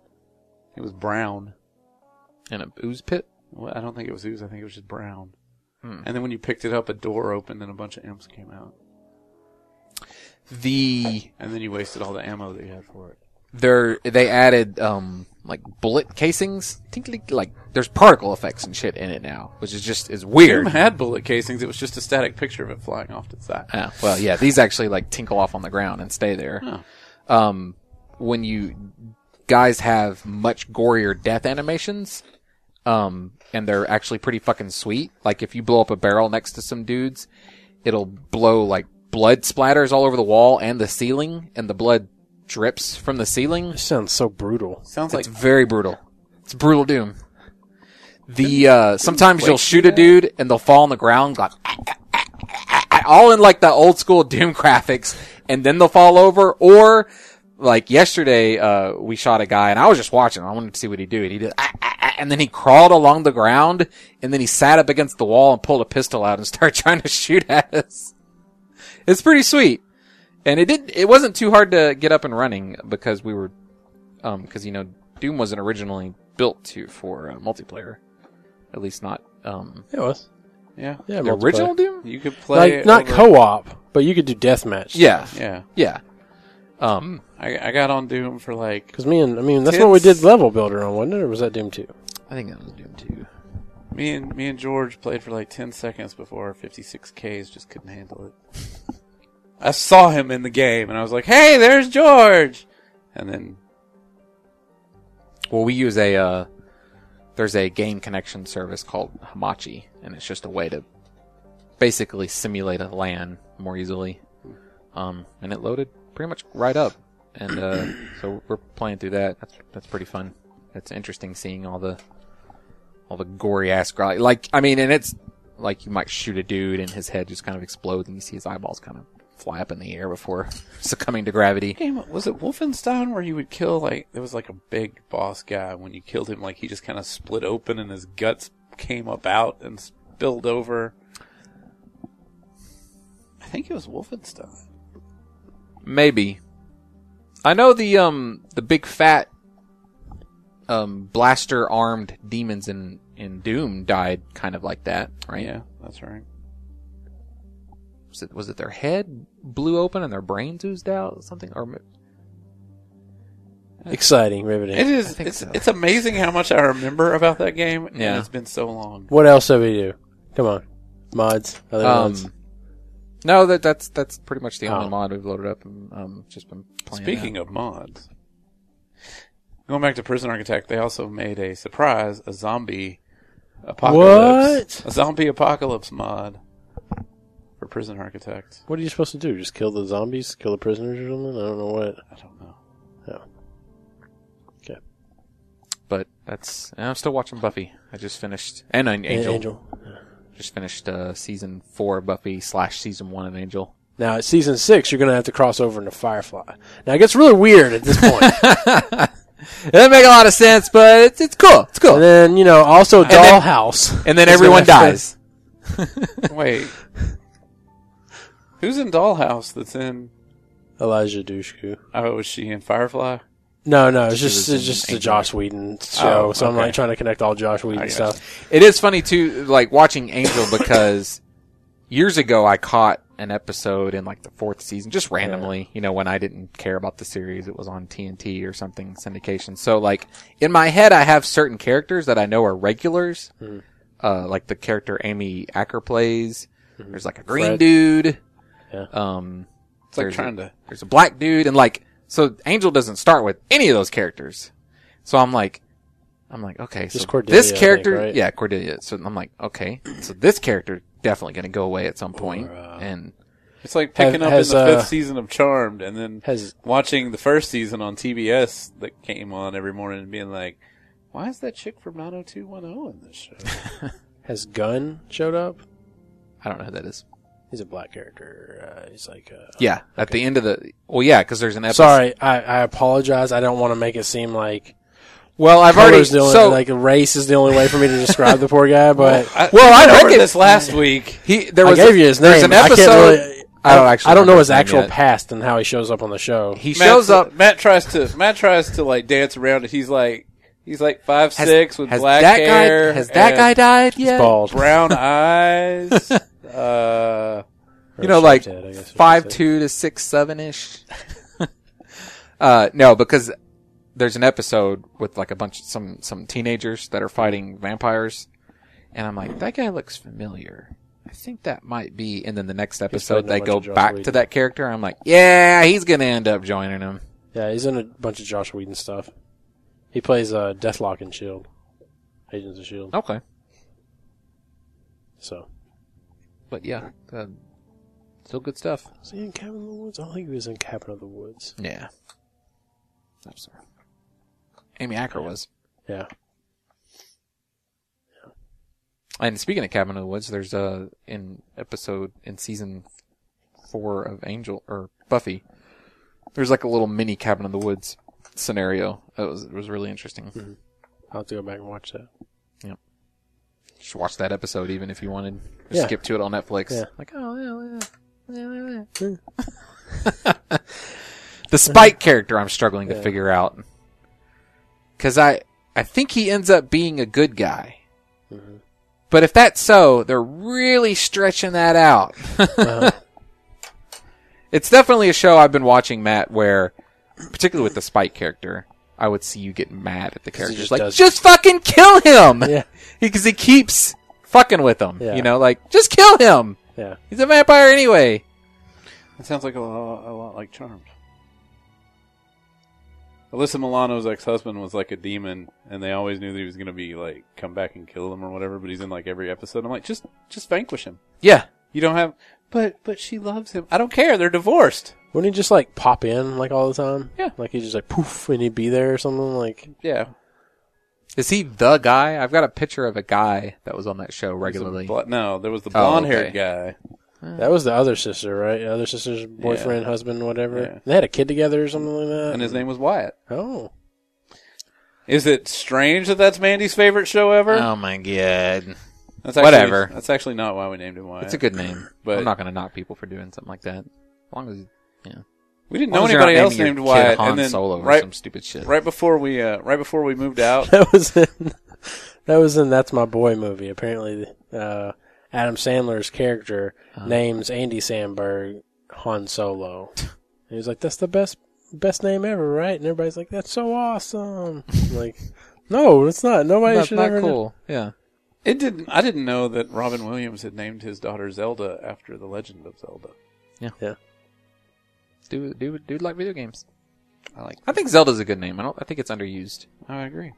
B: It was brown.
A: And a ooze pit.
B: Well, I don't think it was ooze. I think it was just brown.
A: Hmm.
B: And then when you picked it up, a door opened and a bunch of imps came out.
A: The,
B: And then you wasted all the ammo that you had for it.
A: they're they added um like bullet casings tinkly like there's particle effects and shit in it now which is just is
B: Doom
A: weird
B: had bullet casings. It was just a static picture of it flying off to the side.
A: yeah, well yeah these actually like tinkle off on the ground and stay there
B: Oh.
A: um when you guys have much gorier death animations um and they're actually pretty fucking sweet like if you blow up a barrel next to some dudes it'll blow like blood splatters all over the wall and the ceiling and the blood drips from the ceiling
D: that. It sounds so brutal.
B: Sounds
A: It's
B: like
A: very brutal. It's brutal doom. The uh, sometimes you'll shoot a dude and they'll fall on the ground like all in like the old school doom graphics, and then they'll fall over. Or like yesterday, uh, we shot a guy and I was just watching. I wanted to see what he do, and he did, ah, and then he crawled along the ground, and then he sat up against the wall and pulled a pistol out and started trying to shoot at us. It's pretty sweet, and it did. It wasn't too hard to get up and running because we were um, 'cause because you know Doom wasn't originally built to for uh, multiplayer, at least not um
D: Yeah, it was.
B: yeah.
D: Yeah,
A: the
D: multiplayer.
A: original Doom.
B: You could play
D: Like not
B: over-
D: co-op, but you could do deathmatch.
A: Yeah,
B: Yeah,
A: yeah. Um,
B: I, I got on Doom for like
D: because me and I mean that's what we
B: Tits.
D: did level builder on, wasn't it? Or was that Doom two?
A: I think that was Doom Two.
B: Me and me and George played for like ten seconds before our 56Ks just couldn't handle it. I saw him in the game and I was like, "Hey, there's George!" And then
A: Well, we use a uh, there's a game connection service called Hamachi, and it's just a way to basically simulate a LAN more easily. Um, and it loaded pretty much right up, and uh, so we're playing through that. That's that's pretty fun. It's interesting seeing all the all the gory ass gro- like I mean, and it's like you might shoot a dude and his head just kind of explodes, and you see his eyeballs kind of fly up in the air before succumbing to gravity.
B: game was it Wolfenstein where you would kill like there was like a big boss guy when you killed him like he just kind of split open and his guts came up out and spilled over. I think it was Wolfenstein.
A: Maybe. I know the um the big fat um blaster armed demons in in Doom died kind of like that, right?
B: Yeah, that's right.
A: Was it was it their head blew open and their brains oozed out or something or m-
D: Exciting, riveting.
B: It is.
A: think
B: It's
A: so.
B: it's amazing how much I remember about that game. and
A: Yeah.
B: it's been so long.
D: What else did we do? Come on, mods. Other mods.
A: um No, that that's that's pretty much the only
D: Oh.
A: mod we've loaded up and um just been playing.
B: Speaking of mods, going back to Prison Architect, they also made a surprise, a zombie apocalypse. A zombie apocalypse mod. for prison architect.
D: What are you supposed to do? Just kill the zombies? Kill the prisoners or something? I don't know what.
B: I don't know.
A: But that's. and I'm still watching Buffy. I just finished. And I- Angel.
D: Angel.
A: Just finished uh, season four of Buffy slash season one of Angel.
D: Now, at season six, you're going to have to cross over into Firefly. Now, it gets really weird at this point.
A: It doesn't make a lot of sense, but it's, it's cool. It's cool.
D: and then, you know, also
A: then-
D: Dollhouse.
A: And then
D: is
A: everyone
D: gonna have to-
A: dies.
B: Wait. Who's in Dollhouse that's in.
D: Elijah Dushku.
B: Oh, is she in Firefly?
D: No, no, it's
A: was
D: just
A: in
D: it's just the
A: Angel.
D: Josh Whedon show.
B: Oh,
D: So I'm
B: okay.
D: like trying to connect all Josh Whedon
B: gotcha.
D: stuff.
A: It is funny too, like watching Angel because years ago I caught an episode in like the fourth season, just randomly, you know, when I didn't care about the series. It was on TNT or something syndication. So like in my head, I have certain characters that I know are regulars, uh, like the character Amy Acker plays. There's like a green
D: Fred.
A: dude.
D: Yeah.
A: Um,
B: It's like
A: There's
B: trying to.
A: there's a black dude and like so Angel doesn't start with any of those characters. So I'm like I'm like, okay, so
D: Just Cordelia,
A: this
D: I think,
A: character
D: right?
A: yeah, Cordelia. So I'm like, okay. So this character definitely gonna go away at some point.
B: uh,
A: and
B: It's like
D: Have-
B: picking up
D: has,
B: in the
D: uh,
B: fifth season of Charmed and then
D: Has
B: watching the first season on TBS that came on every morning and being like, why is that chick from 90210 in this show?
D: has Gunn showed up?
A: I don't know who that is.
D: He's a black character. Uh, he's like, uh,
A: Yeah. At the end of the well yeah, because there's an episode
D: sorry, I, I apologize. I don't want to make it seem like
A: Well I've already
D: color's the only,
A: so
D: like race is the only way for me to describe the poor guy. But
B: I,
A: Well, I
B: covered
A: reckon-
B: this last week.
A: he there
D: I
A: was a-
D: gave you his name.
A: there's an
D: I can't
A: episode
D: really-
A: I don't actually
D: I don't know
A: remember
D: his
A: his name
D: actual
A: yet.
D: past and how he shows up on the show.
A: he shows up
B: Matt tries to Matt tries to like dance around it. He's like he's like five
A: has,
B: six with
A: has
B: black
A: that
B: hair.
A: guy has that
B: and
A: guy died yet?
D: bald.
B: brown eyes. Uh,
A: you know, like
D: Shaped head, I guess is what they
A: five
D: say.
A: two to six seven ish. uh, no, because there's an episode with like a bunch some some teenagers that are fighting vampires, and I'm like, that guy looks familiar. I think that might be. And then the next episode,
D: played in a
A: they
D: bunch
A: go
D: of Joss
A: back to
D: Whedon.
A: that character. I'm like, yeah, he's gonna end up joining them.
D: Yeah, he's in a bunch of Josh Whedon stuff. He plays uh, Deathlock and Shield, Agents of Shield.
A: Okay,
D: E So,
A: but yeah, uh, still good stuff.
D: was he in Cabin in the Woods? I don't think he was in Cabin of the Woods.
A: Yeah, I'm sorry. Amy Acker was.
D: Yeah,
A: And speaking of Cabin in the Woods, there's uh, in episode in season four of Angel or Buffy. There's like a little mini Cabin in the Woods scenario. It was it was really interesting.
D: I'll have to go back and watch that.
A: Just watch that episode even if you wanted. Just
D: Yeah.
A: skip to it on Netflix.
D: Yeah.
A: Like oh yeah, yeah, yeah, yeah, yeah. the Spike character I'm struggling to figure out because I I think he ends up being a good guy.
D: Mm-hmm.
A: But if that's so, they're really stretching that out.
D: Uh,
A: It's definitely a show I've been watching, Matt, where, particularly with the Spike character, I would see you get mad at the characters.
D: just
A: like,
D: does-
A: just fucking kill him!
D: Yeah.
A: Because he keeps fucking with them.
D: Yeah.
A: You know, like, just kill him!
D: yeah,
A: He's a vampire anyway.
B: that sounds like a, lo- a lot like Charmed. Alyssa Milano's ex-husband was like a demon, and they always knew that he was going to be like come back and kill them or whatever. But he's in like every episode. I'm like, just just vanquish him.
A: Yeah.
B: You don't have, but but she loves him. I don't care. They're divorced.
D: wouldn't he just like pop in like all the time?
B: Yeah.
D: like he just like poof and he'd be there or something. Like
B: Yeah,
A: Is he the guy? I've got a picture of a guy that was on that show
B: There's a
A: regularly. Oh,
B: bl- no, there was the blonde-haired
A: okay.
B: guy.
D: that was the other sister, right? The other sister's boyfriend, husband, whatever.
B: Yeah.
D: They had a kid together or something like that.
B: and his name was Wyatt.
D: Oh,
B: Is it strange that that's Mandy's favorite show ever?
A: Oh my god.
B: that's actually,
A: whatever.
B: That's actually not why we named him Wyatt.
A: It's a good name.
B: But-
A: I'm not going to knock people for doing something like that. As long as,
B: we
A: as
B: didn't know
A: long as you're not
B: anybody else
A: naming your
B: named
A: kid
B: Wyatt.
A: Han
B: and then
A: Solo or
B: right,
A: some stupid shit.
B: right before we uh, right before we moved out,
D: that was in that was in That's My Boy movie. Apparently, uh, Adam Sandler's character
A: Uh-huh.
D: names Andy Sandberg Han Solo. And he was like, "That's the best best name ever, right?" And everybody's like, "That's so awesome!" I'm like, no, it's not. Nobody
A: Not,
D: should
A: not
D: ever.
A: cool. Yeah.
B: it didn't. I didn't know that Robin Williams had named his daughter Zelda after the Legend of Zelda.
A: Do, do, do like video games.
B: I like.
A: I think Zelda's a good name. I don't. I think it's underused.
B: I agree.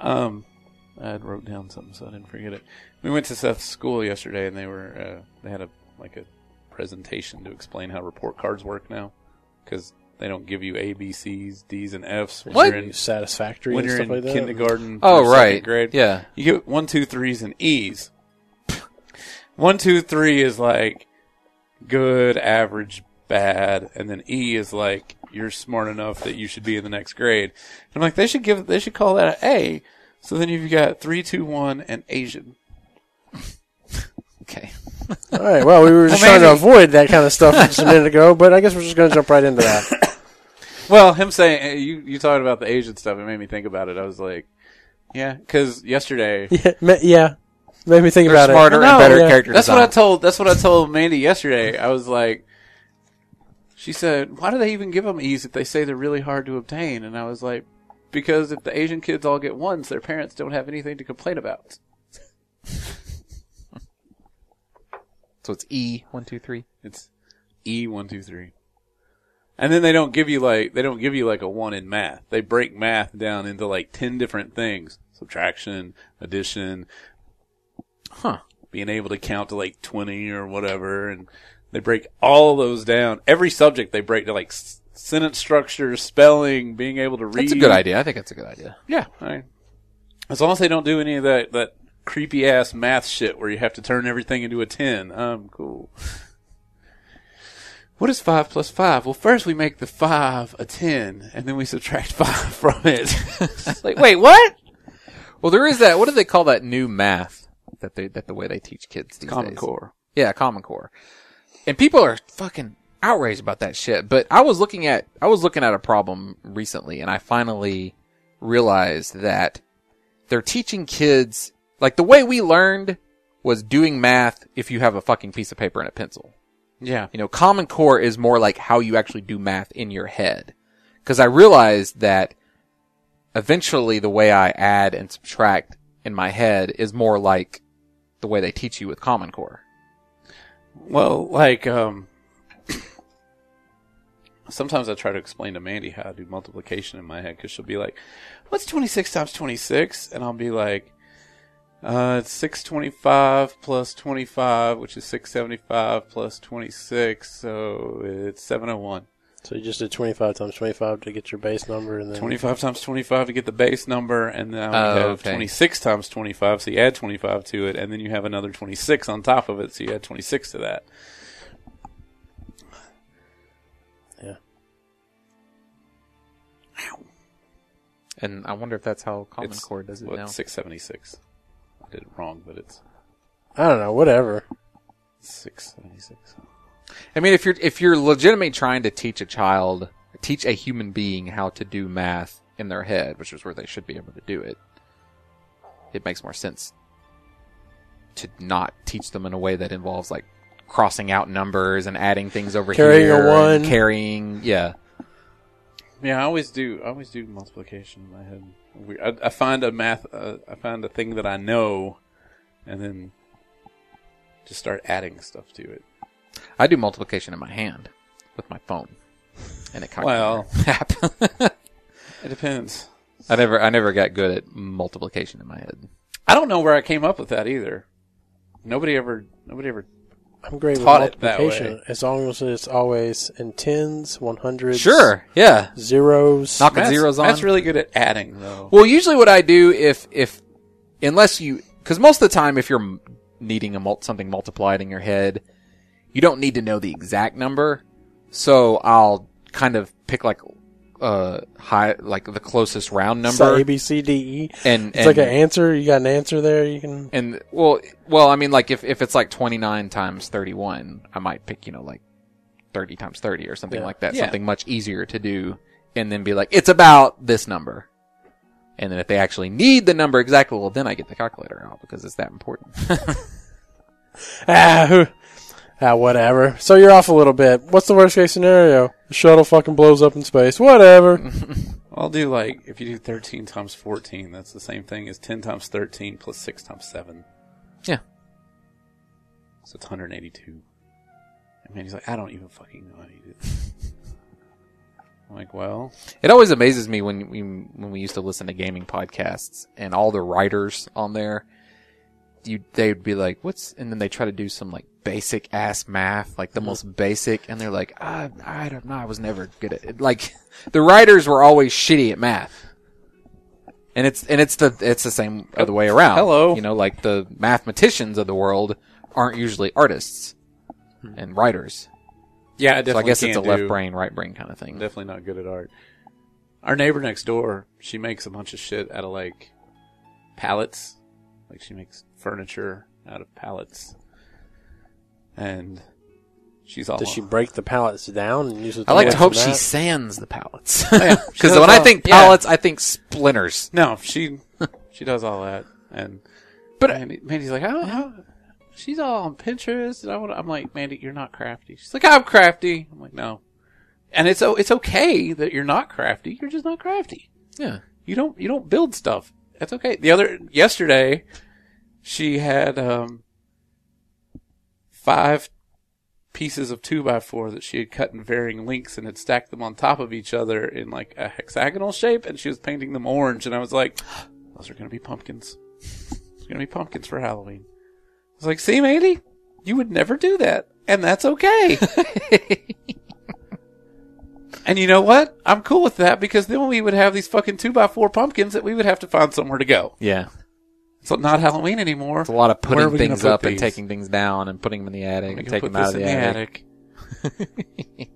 B: um, I had wrote down something so I didn't forget it. We went to Seth's school yesterday, and they were uh, they had a like a presentation to explain how report cards work now, because they don't give you A, B, C's, D's, and F's when
A: What?
B: you're in
D: Satisfactory
B: when
D: and
B: you're
D: stuff
B: in
D: like that.
B: kindergarten.
A: Oh,
B: or second
A: right.
B: grade.
A: Yeah.
B: You get one, two, threes, and E's. one, two, three is like good, average, bad, and then E is like you're smart enough that you should be in the next grade. And I'm like, they should give, they should call that an A. So then you've got three, two, one, and Asian.
A: Okay.
D: All right. Well, we were just trying to
B: Amazing.
D: avoid that kind of stuff just a minute ago, but I guess we're just going to jump right into that.
B: Well, him saying eh, you you talking about the Asian stuff, it made me think about it. I was like, yeah, because yesterday
D: yeah, ma- yeah. Made me think
A: They're
D: about
A: smarter
D: it.
A: and better
D: yeah.
A: character
B: That's what I
A: design.
B: told. That's what I told Mandy yesterday. I was like, she said, "Why do they even give them E's if they say they're really hard to obtain?" And I was like, "Because if the Asian kids all get ones, their parents don't have anything to complain about."
A: so it's E one two three.
B: It's E one two three, and then they don't give you like they don't give you like a one in math. They break math down into like ten different things: subtraction, addition,
A: Huh.
B: being able to count to like 20 or whatever. And they break all those down. Every subject they break to like s- sentence structure, spelling, being able to read.
A: That's a good idea. I think that's a good idea.
B: Yeah. I- as long as they don't do any of that, that creepy ass math shit where you have to turn everything into a 10. I'm cool. What is 5 plus 5? Well, first we make the 5 a 10, and then we subtract 5 from it. It's like, wait, what?
A: Well, there is that. What do they call that new math that they that the way they teach kids these
B: Common
A: days?
B: Core.
A: Yeah, Common Core. And people are fucking outraged about that shit. But I was looking at I was looking at a problem recently and I finally realized that they're teaching kids like the way we learned was doing math if you have a fucking piece of paper and a pencil.
B: Yeah.
A: You know, Common Core is more like how you actually do math in your head. Cause I realized that eventually the way I add and subtract in my head is more like the way they teach you with Common Core.
B: Well, like, um, sometimes I try to explain to Mandy how I do multiplication in my head because she'll be like, what's 26 times 26? And I'll be like, uh, it's 625 plus 25, which is 675 plus 26, so it's 701.
D: So you just did 25 times 25 to get your base number, and then
B: 25 times 25 to get the base number, and then I would
A: Oh,
B: have
A: okay.
B: 26 times 25, so you add 25 to it, and then you have another 26 on top of it, so you add 26 to that.
D: Yeah.
A: And I wonder if that's how Common
B: It's-
A: Core does it
B: what,
A: now.
B: 676. I did it wrong, but it's
D: I don't know, whatever.
B: 676.
A: I mean, if you're if you're legitimately trying to teach a child, teach a human being how to do math in their head, which is where they should be able to do it, it makes more sense to not teach them in a way that involves like crossing out numbers and adding things over
D: Carrying a
A: here, and
D: one.
A: carrying yeah.
B: Yeah, I always do. I always do multiplication in my head. We- I, I find a math. Uh, I find a thing that I know, and then just start adding stuff to it.
A: I do multiplication in my hand with my phone and a
B: Well.
A: calculator app.
B: It depends.
A: I never I never got good at multiplication in my head.
B: I don't know where I came up with that either. Nobody ever. Nobody ever.
D: I'm great with
B: Taught it that
D: multiplication as long as it's always in tens, one hundreds,
A: Sure, yeah.
D: zeros.
A: Knocking
B: Matt's,
A: zeros on.
B: Matt's really good at adding though.
A: Well, usually what I do if if unless you because most of the time if you're m- needing a mul- something multiplied in your head, you don't need to know the exact number. So I'll kind of pick like uh high like the closest round
D: It's like
A: number
D: A B C D E.
A: and
D: It's
A: and,
D: like an answer. You got an answer there. You can.
A: and well well I mean like if if it's like twenty nine times thirty one, I might pick you know like thirty times thirty or something
D: Yeah.
A: like that.
B: Yeah.
A: Something much easier to do, and then be like it's about this number. And then if they actually need the number exactly, well, then I get the calculator out because it's that important.
D: Ah, who, ah, whatever. So you're off a little bit. What's the worst case scenario? The shuttle fucking blows up in space. Whatever.
B: I'll do like if you do thirteen times fourteen, that's the same thing as ten times thirteen plus six times seven.
A: yeah.
B: So it's 182. And man, he's like, I don't even fucking know how you do this. I'm like, well,
A: It always amazes me when we when we used to listen to gaming podcasts and all the writers on there, you they'd be like, "What's?" and then they try to do some like basic ass math, like
B: Mm-hmm.
A: the most basic, and they're like, I, "I don't know, I was never good at it." like the writers were always shitty at math. And it's and it's the it's the same other way around.
B: Oh, Hello.
A: you know, like the mathematicians of the world aren't usually artists and writers.
B: yeah, I
A: So I
B: Hmm. definitely
A: guess it's a
B: can't
A: left
B: do-
A: brain, right brain kind of thing.
B: I'm definitely not good at art. Our neighbor next door, she makes a bunch of shit out of like pallets. Like she makes furniture out of pallets. And she's all
D: Does she break the pallets down and use it?
A: I like to
D: work
A: hope
D: from
A: she
D: that?
A: sands the pallets.
B: Oh, yeah. She
A: Because
B: does
A: when I
B: all-
A: think
B: yeah.
A: pallets, I think splinters.
B: No, she she does all that and
A: But-
B: Mandy, Mandy's like, I don't know. She's all on Pinterest, and I want. I'm like, Mandy, you're not crafty. She's like, I'm crafty. I'm like, no. And it's o- it's okay that you're not crafty. You're just not crafty.
A: Yeah.
B: you don't you don't build stuff. That's okay. The other yesterday, she had um, five pieces of two by four that she had cut in varying lengths and had stacked them on top of each other in like a hexagonal shape, and she was painting them orange. And I was like, "Those are gonna be pumpkins. It's gonna be pumpkins for Halloween." I was like, "See, Mandy, you would never do that, and that's okay." And you know what? I'm cool with that because then we would have these fucking two by four pumpkins that we would have to find somewhere to go.
A: Yeah.
B: It's not Halloween anymore.
A: It's a lot of
B: Where are
A: putting
B: we gonna
A: things
B: put
A: up and
B: these?
A: taking things down and putting them in the attic
B: We
A: and
B: can
A: taking
B: put
A: them out
B: this
A: of the
B: in
A: attic.
B: attic.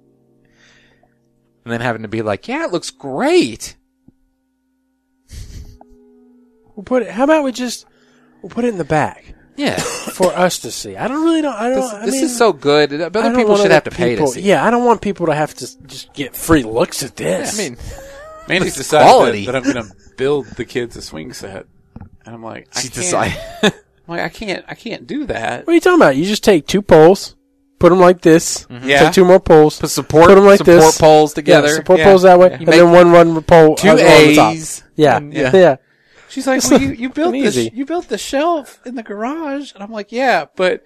A: And then having to be like, yeah, it looks great.
D: We'll put it. How about we just we'll put it in the back
A: Yeah.
D: for us to see? I don't really know. I don't.
A: this
D: I
A: this
D: mean,
A: is so good. that
D: I
A: Other
D: don't
A: people
D: wanna
A: should
D: let
A: have to pay to
D: people-
A: see. it.
D: Yeah, I don't want people to have to s- just get free looks at this.
A: I mean,
B: Mandy's
A: quality.
B: decided that, that I'm going to build the kids a swing set, and I'm like, I
A: she
B: can't.
A: decided.
B: I'm like, I can't. I can't do that.
D: what are you talking about? You just take two poles, put them like this.
B: Yeah.
D: Take two more poles,
A: Mm-hmm. Put support,
D: Put 'em like
A: support
D: this.
A: poles
D: yeah,
A: together.
D: support
B: yeah,
D: poles that way,
B: yeah.
D: and
A: You
D: then one run pole
A: Two
D: on the top.
A: A's.
D: Yeah,
A: and-
D: yeah.
A: yeah.
B: She's like, well, you, you built
D: and
B: this.
D: easy.
B: You built the shelf in the garage, and I'm like, yeah, but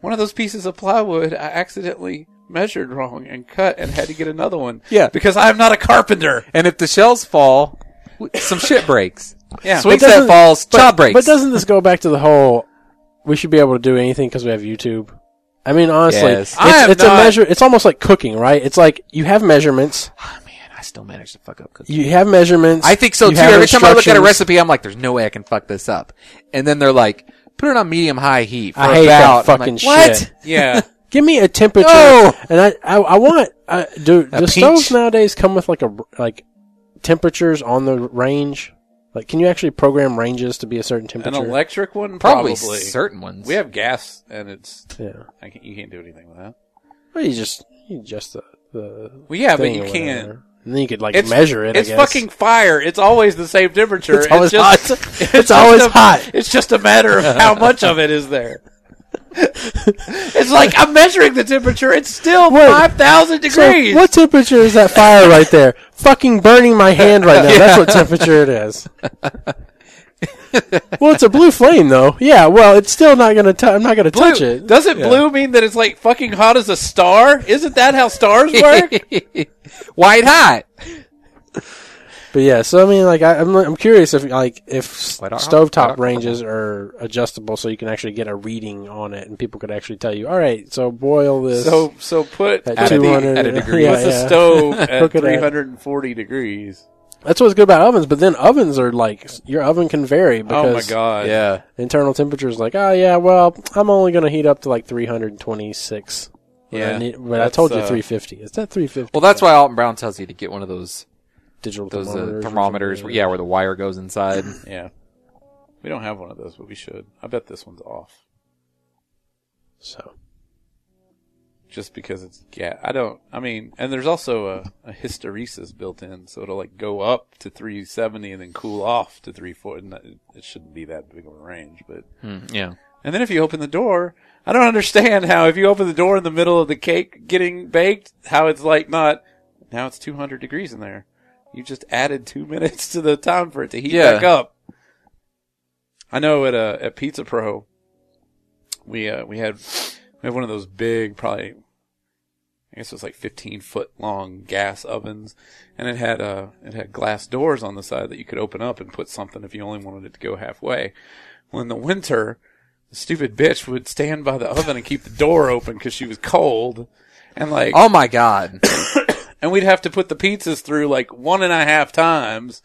B: one of those pieces of plywood I accidentally measured wrong and cut, and had to get another one.
A: Yeah.
B: because I'm not a carpenter.
A: And if the shells fall, w- some shit breaks.
B: Yeah.
A: Swing
D: But
A: set
D: doesn't-
A: falls,
D: But,
A: job breaks.
D: but doesn't this go back to the whole? We should be able to do anything because we have YouTube. I mean, honestly,
A: Yes.
D: it's,
B: I have
D: it's a
B: not-
D: measure. It's almost like cooking, right? It's like you have measurements.
A: Ah, man, I still managed to fuck up cooking.
D: You have measurements.
A: I think so
D: you
A: too.
D: have
A: Every time I look at a
D: instructions.
A: recipe, I'm like, "There's no way I can fuck this up." And then they're like, "Put it on medium high heat." For
D: I hate
A: about,
D: that
A: I'm
D: fucking
A: like, what?
D: shit.
B: Yeah.
D: Give me a temperature,
A: No!
D: and I I, I want uh, do
A: A
D: the stoves
A: peach.
D: nowadays come with like a like temperatures on the range. Like, can you actually program ranges to be a certain
B: An
D: temperature?
B: electric one,
A: Probably,
B: probably.
A: certain ones.
B: We have gas, and it's
D: yeah,
B: I can't, you can't do anything with that.
D: well, you just you adjust the the
B: Well, yeah, but
D: thing
B: you
D: or
B: can.
D: whatever. And then you could like
B: It's-
D: measure it. I
B: It's
D: guess.
B: fucking fire. It's always the same temperature.
D: It's always
B: just,
D: hot. It's
B: just
D: always
B: a-
D: hot.
B: It's just a matter of how much of it is there. it's like I'm measuring the temperature. It's still
D: Wait.
B: five thousand
D: So,
B: degrees.
D: what temperature is that fire right there? fucking burning my hand right now. That's what temperature it is. well, it's a blue flame though. Yeah. Well, it's still not gonna. i I'm not gonna touch
B: Blue-
D: it.
B: Doesn't blue mean that it's like fucking hot as a star? Isn't that how stars work?
A: White hot.
D: But yeah, so I mean, like, I, I'm I'm curious if like if s-
A: Why not? Why
D: stovetop
A: not?
D: ranges are adjustable, so you can actually get a reading on it, and people could actually tell you, all right, so boil this.
B: so so put
D: At
B: at, the-
D: 200
B: at a
D: yeah,
B: degree. What's
D: yeah.
B: a stove at
D: Hook it up.
B: three hundred and forty degrees?
D: that's what's good about ovens. But then ovens are like s- your oven can vary because
B: Oh my god!
A: Yeah.
D: internal temperature is like, oh yeah, well, I'm only going to heat up to like 326. But I
B: Yeah.
D: need- but I
B: That's,
D: told you
B: uh,
D: 350. Is that 350?
A: Well, that's why Alton Brown tells you to get one of those
D: digital
A: those
D: thermometers. or
A: uh, thermometers.
D: something.
A: Yeah, where the wire goes inside.
B: Yeah. We don't have one of those, but we should. I bet this one's off.
D: So
B: Just because it's, yeah, I don't, I mean, and there's also a, a hysteresis built in, so it'll like go up to 370 and then cool off to 340. And that- It shouldn't be that big of a range, but.
A: Hmm, yeah.
B: And then if you open the door, I don't understand how if you open the door in the middle of the cake getting baked, how it's like not, now it's 200 degrees in there. You just added two minutes to the time for it to heat
A: Yeah.
B: back up. I know at, uh, at Pizza Pro, we, uh, we had, we had one of those big, probably, I guess it was like 15 foot long gas ovens, and it had uh it had glass doors on the side that you could open up and put something if you only wanted it to go halfway. Well, in the winter, the stupid bitch would stand by the oven and keep the door open because she was cold, and like
A: Oh my god.
B: and we'd have to put the pizzas through like one and a half times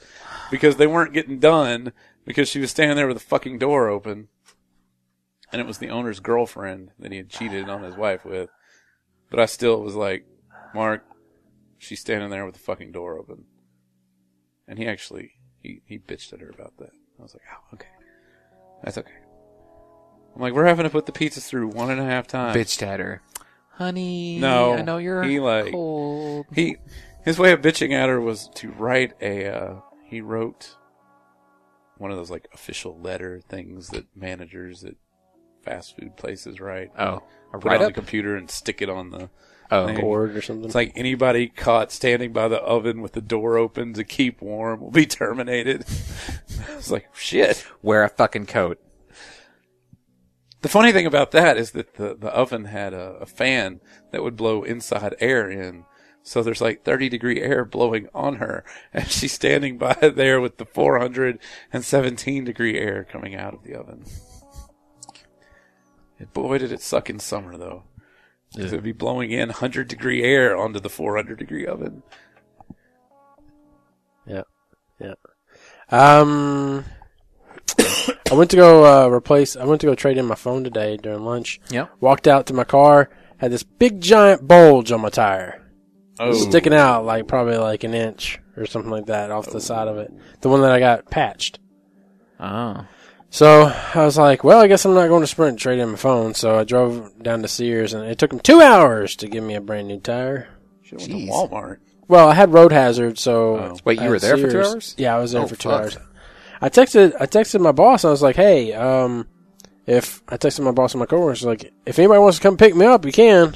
B: because they weren't getting done because she was standing there with the fucking door open. And it was the owner's girlfriend that he had cheated on his wife with. But I still was like, Mark, she's standing there with the fucking door open. And he actually, he, he bitched at her about that. I was like, oh, okay. That's okay. I'm like, we're having to put the pizzas through one and a half times.
A: Bitched at her. Honey,
B: No,
A: I know you're
B: he, like-
A: cold.
B: He his way of bitching at her was to write a uh, he wrote one of those like official letter things that managers at fast food places write.
A: Oh, a
B: Put it on
A: write-up?
B: the computer and stick it on the
A: Oh.
B: thing.
D: board or something.
B: It's like anybody caught standing by the oven with the door open to keep warm will be terminated. I was like, shit.
A: Wear a fucking coat.
B: The funny thing about that is that the, the oven had a, a fan that would blow inside air in. So there's like 30 degree air blowing on her and she's standing by there with the 417 degree air coming out of the oven. And boy, did it suck in summer though. 'Cause It'd be blowing in 100 degree air onto the 400 degree oven.
D: Um, I went to go uh, replace. I went to go trade in my phone today during lunch.
A: Yeah.
D: Walked out to my car, had this big giant bulge on my tire,
B: Oh,
D: sticking out like probably like an inch or something like that off the side of it. The one that I got patched.
A: Oh.
D: So I was like, well, I guess I'm not going to Sprint and trade in my phone. So I drove down to Sears, and it took them two hours to give me a brand new tire.
B: should've went to
A: Jeez.
B: Walmart.
D: Well, I had road hazard, so
A: Oh. Wait, you
D: at
A: were there for two
D: Sears-
A: hours?
D: Yeah, I was there
A: Oh,
D: for two
A: fuck.
D: hours. I texted I texted my boss. and I was like, "Hey, um, if I texted my boss and my coworkers, like, if anybody wants to come pick me up, you can."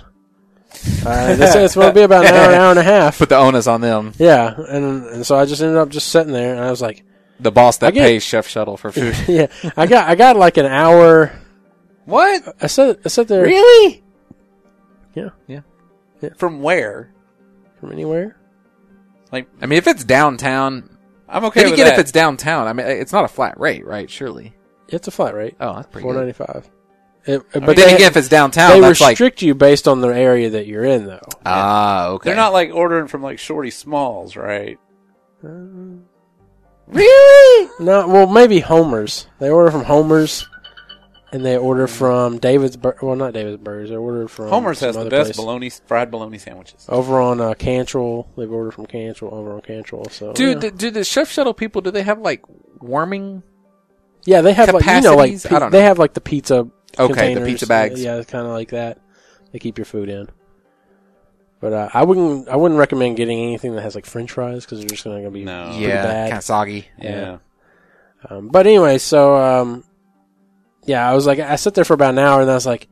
D: Uh, they said it's going to be about an hour, an hour and a half.
A: Put the onus on them.
D: Yeah, and and so I just ended up just sitting there, and I was like,
A: The boss that
D: get-
A: pays Chef Shuttle for food.
D: "Yeah, I got I got like an hour."
A: what?
D: I sat I sat there
A: Really?
B: From where?
D: from anywhere.
A: I mean, if it's downtown,
B: I'm okay
A: then
B: with
A: again,
B: that.
A: if it's downtown, I mean, uh, it's not a flat rate, right? Surely.
D: It's a flat rate,
A: Oh, that's pretty
D: four
A: good.
D: ninety five. But
A: But
D: they,
A: then again, if it's downtown,
D: they
A: that's like
D: restrict you based on the area that you're in, though.
A: ah, okay.
B: They're not like ordering from like Shorty Smalls, right?
A: really.
D: No, well, maybe Homer's. They order from Homer's, and they order
A: Hmm.
D: from David's. Bur- well, not David's Burgers. They order from
B: Homer's has
D: some
B: the
D: other
B: best
D: place.
B: bologna fried bologna sandwiches.
A: Oh,
D: Over on uh, Cantrell, they've ordered from Cantrell. Over on Cantrell, so
A: Dude,
D: yeah,
A: do, do the Chef Shuttle people do they have like warming?
D: Yeah, they have like you know like
A: capacities? I don't
D: they
A: know.
D: have like the pizza.
A: Okay, the
D: containers.
A: pizza bags.
D: Yeah, kind of like that. They keep your food in. But uh, I wouldn't. I wouldn't recommend getting anything that has like French fries because they're just going to be.
B: No.
A: yeah,
D: bad.
A: kind of soggy.
B: Yeah.
D: Um, but anyway, so um, yeah, I was like, I sat there for about an hour, and I was like,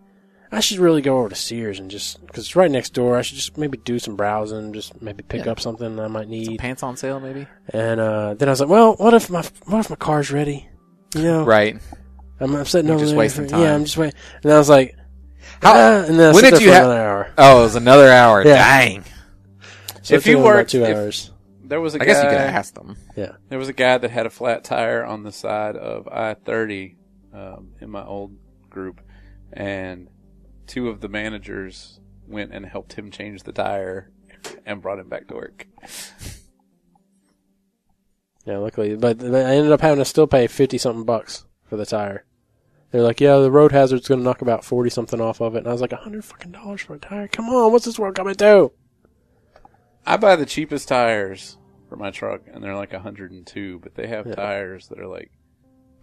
D: I should really go over to Sears and just because it's right next door. I should just maybe do some browsing, just maybe pick
A: Yeah.
D: up something I might need.
A: Pants on sale, maybe.
D: And uh, then I was like, well, what if my what if my car's ready? You know,
A: Right.
D: I'm, I'm sitting
A: You're
D: over
A: just
D: there.
A: wasting
D: for- Yeah,
A: time.
D: I'm just waiting. And I was like,
A: How-
D: ah, and then I
A: when did
D: sat there
A: you
D: for
A: ha-
D: another hour.
A: Oh, it was another hour.
D: Yeah.
A: Dang.
B: If
D: So it took
B: you
D: me about
B: worked-
D: two
B: if-
D: hours,
B: There was a
A: I guess you
B: guy.
A: could have asked them.
B: There was a guy that had a flat tire on the side of I thirty um, in my old group, and two of the managers went and helped him change the tire and brought him back to work.
D: yeah, luckily, but, but I ended up having to still pay fifty something bucks for the tire. They're like, yeah, the road hazard's going to knock about forty something off of it, and I was like, a hundred fucking dollars for a tire? Come on, what's this world coming to?
B: I buy the cheapest tires for my truck, and they're like hundred and two, but they have tires that are like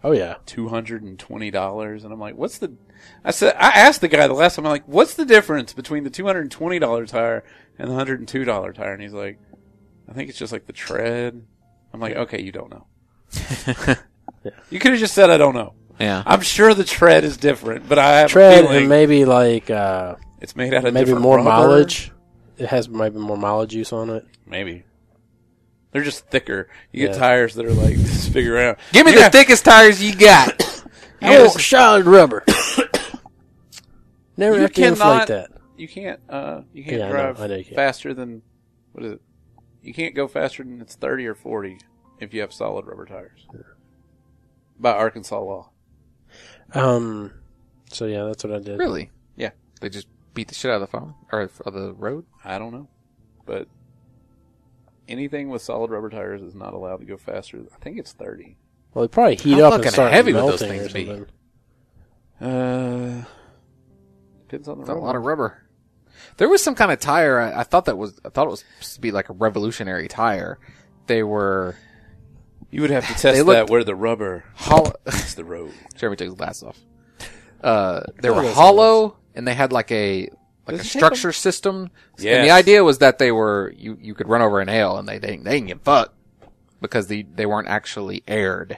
D: Oh yeah,
B: two hundred and twenty dollars, and I'm like, what's the? I said I asked the guy the last time. I'm like, what's the difference between the two hundred and twenty dollar tire and the hundred and two dollar tire? And he's like, I think it's just like the tread. I'm like, okay, you don't know. You could have just said I don't know.
A: Yeah.
B: I'm sure the tread is different, but I have
D: tread
B: a feeling
D: and maybe like uh,
B: it's made out of
D: maybe
B: different
D: more
B: rubber.
D: mileage. It has maybe more mileage use on it.
B: Maybe they're just thicker. You get
D: Yeah.
B: tires that are like this big around.
A: Give me
B: You
A: the
B: have-
A: thickest tires you got.
B: you have-
D: solid rubber. Never
B: You
D: have to
B: cannot-
D: inflate that.
B: you can't uh you can't
D: Yeah, I know.
B: drive
D: I know you can't.
B: faster than what is it? You can't go faster than it's thirty or forty if you have solid rubber tires. By Arkansas law.
D: Um. So yeah, that's what I did.
A: Really?
B: Yeah.
A: They just beat the shit out of the phone or of the road.
B: I don't know. But anything with solid rubber tires is not allowed to go faster. I think it's thirty.
D: Well, they probably heat
A: How
D: up
A: fucking
D: and start
A: heavy would those
D: melting or
A: things be?
D: something.
B: Uh depends on the
A: That's a
B: road.
A: lot of rubber. There was some kind of tire. I, I thought that was. I thought it was supposed to be like a revolutionary tire. They were.
B: you would have to
A: They
B: test
A: looked-
B: that where the rubber
A: Hol-
B: is the road.
A: Jeremy took his glass off. Uh, they were hollow, and they had like a like
B: Does
A: a
B: it take
A: structure system. And
B: Yes.
A: the idea was that they were you you could run over an ale, and they they, didn't- they didn't give a fuck because the they weren't actually aired.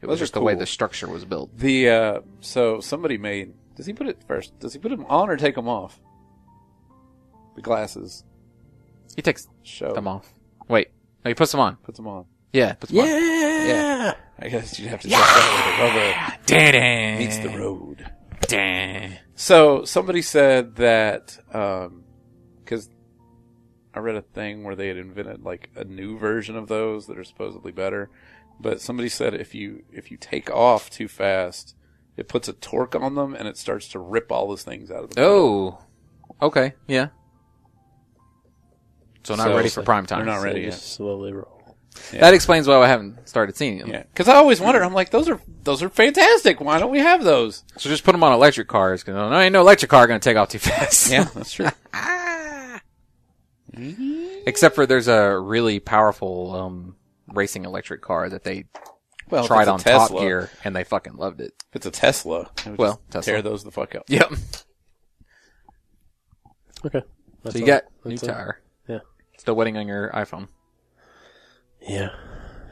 A: It was
B: Those are
A: just the way
B: cool.
A: the structure was built.
B: The uh so somebody made. Does he put it first? Does he put them on or take them off? The glasses
A: He takes
B: show.
A: them off. Wait, no, he puts them on.
B: Puts them on.
A: Yeah, puts them on.
D: Yeah.
A: Yeah.
B: I guess you'd have to test that
A: Dang.
B: where the rubber meets the road.
A: Dang.
B: So somebody said that because I read a thing where they had invented like a new version of those that are supposedly better, but somebody said if you if you take off too fast, it puts a torque on them and it starts to rip all those things out of the pedal.
A: Oh. Okay. Yeah. So not
B: So-
A: ready for prime
B: They're
A: time.
B: not
D: So
B: ready
D: you
B: yet.
D: just slowly roll.
A: That explains why I haven't started seeing them.
B: Yeah, because I always wonder. I'm like, those are those are fantastic. Why don't we have those?
A: So just put them on electric cars because no, ain't no electric car gonna take off too fast.
B: that's true.
A: Except for there's a really powerful um, racing electric car that they
B: Well,
A: tried on
B: if it's a Oh, Tesla,
A: Top Gear and they fucking loved it.
B: If it's a Tesla, I would
A: Well,
B: just
A: Tesla.
B: tear those the fuck up.
A: Yep.
D: Okay.
A: So
D: That's
A: you
D: all.
A: got new
D: That's all.
A: tire.
D: Yeah.
A: Still waiting on your iPhone.
D: Yeah.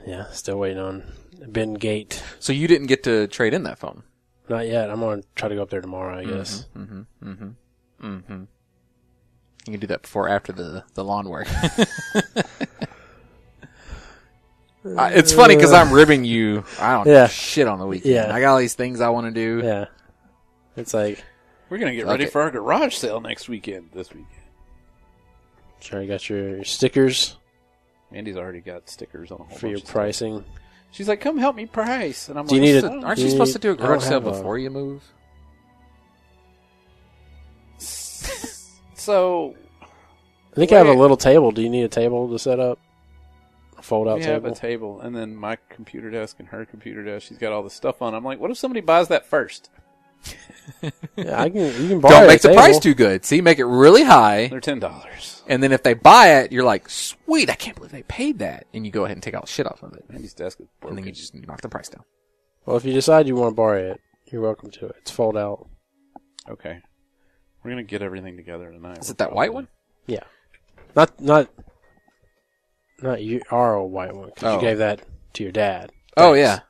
D: Yeah. Still waiting on Ben Gate.
A: So you didn't get to trade in that phone.
D: Not yet. I'm gonna try to go up there tomorrow. I guess. mm-hmm,
A: You can do that before or after the, the lawn work. I, it's funny because I'm ribbing you. I don't
D: Yeah.
A: give a shit on the weekend.
D: Yeah.
A: I got all these things I want to do.
D: Yeah. It's like
B: We're gonna get
A: Fuck
B: ready
A: it.
B: for our garage sale next weekend. This weekend,
D: sure you got your stickers
B: Mandy's already got stickers on a whole
D: for
B: bunch
D: your
B: of
D: pricing.
B: stuff. She's like, "Come help me price," and I'm
D: Do you
B: like,
D: need a-
B: "I don't know."
A: Aren't you
D: Dude,
A: supposed to do a
D: I don't
A: garage sale
D: have a-
A: before you move?
B: So
D: I think I have a
B: Wait.
D: little table. Do you need a table to set up? A fold out
B: we have
D: table.
B: a table, and then my computer desk and her computer desk. She's got all the stuff on. I'm like, "What if somebody buys that first?
D: yeah, I can. You can borrow.
A: Don't make
D: a
A: the
D: table.
A: price too good. See, make it really high,
B: They're ten dollars."
A: and then if they buy it, you're like, sweet, I can't believe they paid that, and you go ahead and take all the shit off of it,
B: Mandy's desk is
A: and then
B: broken.
A: you just knock the price down.
D: Well, if you decide you want to borrow it, you're welcome to it. It's fold out.
B: Okay. We're gonna get everything together tonight.
A: Is it that white one?
D: Yeah. Not not not you our old white one 'cause
A: Oh.
D: you gave that to your dad.
A: Oh yeah,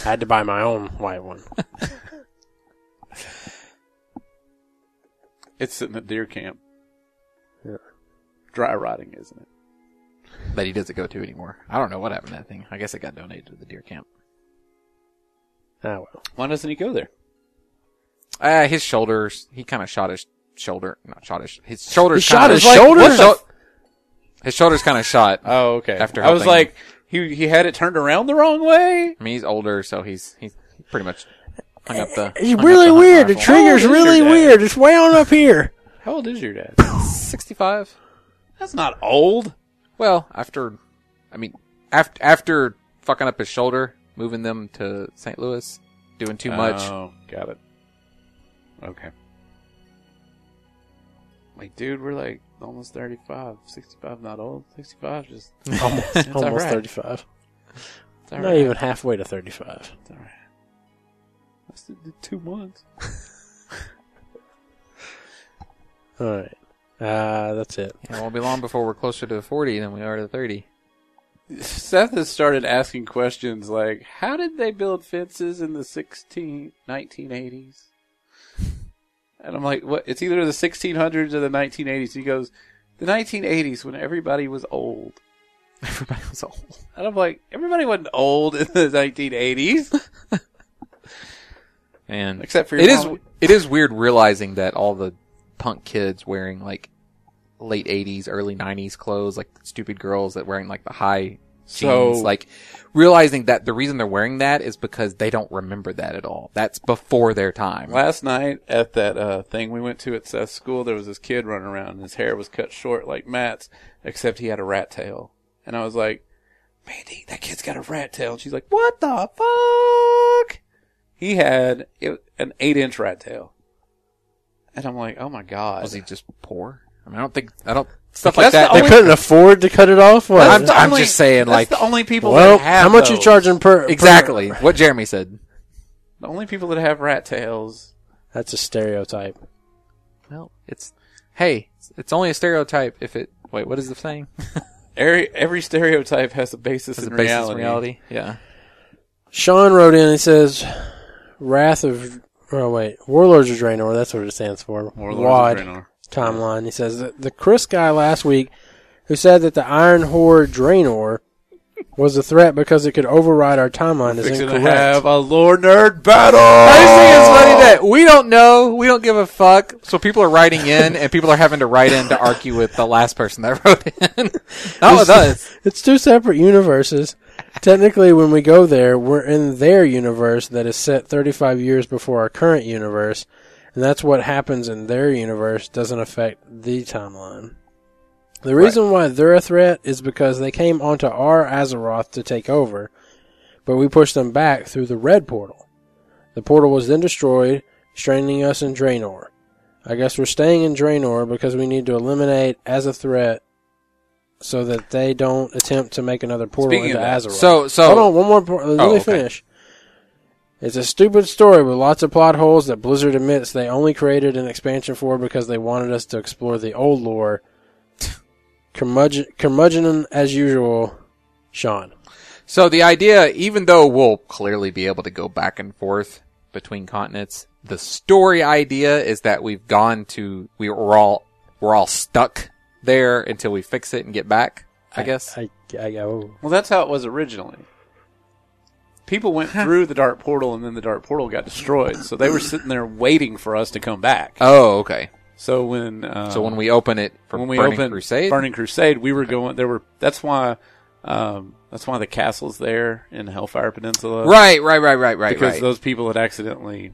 D: I had to buy my own white one.
B: It's sitting at deer camp.
D: Yeah.
B: Dry rotting, isn't it?
A: that he doesn't go to anymore. I don't know what happened to that thing. I guess it got donated to the deer camp.
D: Ah well.
B: Why doesn't he go there?
A: Uh, his shoulders. He kind of shot his shoulder. Not shot his. His shoulders.
D: He shot
A: kinda-
D: his
A: Like,
D: shoulder?
A: what the- his shoulders kind of shot. Uh, I
B: Oh, okay.
A: After
B: I was
A: helping.
B: like, he he had it turned around the wrong way.
A: mean, he's older, so he's he's pretty much hung up the.
D: It's Eh, really weird. The trigger's
B: How old Oh, is your
D: really
B: dad?
D: weird. It's way on up here.
B: How old is your dad?
A: Sixty-five.
B: That's not old.
A: Well, after, I mean, after after fucking up his shoulder, moving them to St. Louis, doing too much.
B: Oh, got it. Okay. Like, dude, we're like almost 35. 65 not old. 65 just...
D: Almost,
B: It's all
D: almost
B: right.
D: thirty-five.
B: It's all
D: Not
B: right.
D: even halfway to thirty-five.
B: It's all right. That's the, the two months.
D: All right. Uh, that's it.
A: It won't be long before we're closer to forty than we are to thirty.
B: Seth has started asking questions like, how did they build fences in the 16, 1980s? And I'm like, what? It's either the 1600s or the 1980s. He goes, the 1980s when everybody was old.
A: Everybody was old.
B: And I'm like, everybody wasn't old in the 1980s.
A: And
B: Except for your
A: it is
B: mom.
A: it is weird realizing that all the punk kids wearing like late '80s, early '90s clothes, like stupid girls that wearing like the high
B: So-
A: jeans, like realizing that the reason they're wearing that is because they don't remember that at all. That's before their time.
B: Last night at that uh, thing we went to at Seth's school, there was this kid running around. And his hair was cut short like Matt's, except he had a rat tail. And I was like, Mandy, that kid's got a rat tail. And she's like, What the fuck? He had it, an eight inch rat tail. And I'm like, Oh my god.
A: Was he just poor? I mean, I don't think I don't stuff like
B: That's
A: that.
B: the
A: they
B: only-
D: Couldn't afford to cut it off. What?
A: I'm- I'm just saying,
B: that's
A: like-
B: the only people
D: well,
B: that have
D: how much you
B: those.
D: charging per? per-
A: Exactly what Jeremy said.
B: The only people that have rat tails.
D: That's a stereotype.
A: Well, it's hey, it's only a stereotype if it. Wait, what is the saying?
B: Every, every stereotype has a basis,
A: Is
B: in,
A: it basis in
B: reality.
A: reality? Yeah.
D: Sean wrote in. He says, "Wrath of." Oh wait, Warlords of Draenor. That's what it stands for.
B: Warlords of
D: Wad.
B: Draenor.
D: timeline. He says the, the Chris guy last week who said that the Iron Horde Draenor was a threat because it could override our timeline is
B: Fixing to
D: incorrect.
B: have a lore nerd battle.
A: I just think it's funny that we don't know, we don't give a fuck. Oh. So people are writing in, and people are having to write in to argue with the last person that wrote in. Not with us.
D: It's two separate universes. Technically, when we go there, we're in their universe that is set 35 years before our current universe, and that's what happens in their universe doesn't affect the timeline. The reason why they're a threat is because they came onto our Azeroth to take over, but we pushed them back through the red portal. The portal was then destroyed, stranding us in Draenor. I guess we're staying in Draenor because we need to eliminate as a threat so that they don't attempt to make another portal
B: Speaking
D: into
B: of that,
D: Azeroth.
A: So,
D: Hold
A: so
D: on, one more. Por- let
A: Oh,
D: me
A: okay.
D: finish. It's a stupid story with lots of plot holes that Blizzard admits they only created an expansion for because they wanted us to explore the old lore. Curmudgeon, curmudgeon as usual, Sean.
A: so the idea, even though we'll clearly be able to go back and forth between continents, the story idea is that we've gone to we we're all we're all stuck there until we fix it and get back. I guess.
D: I, I go.
B: Well, that's how it was originally. People went through the dark portal, and then the dark portal got destroyed. So they were sitting there waiting for us to come back.
A: Oh, okay.
B: So when uh,
A: So Uh-huh. when we open it for
B: when we
A: Burning
B: opened
A: Crusade,
B: Burning Crusade, we were going. There were that's why um, that's why the castle's there in Hellfire Peninsula,
A: right, right, right, right, right,
B: Because
A: right.
B: those people had accidentally,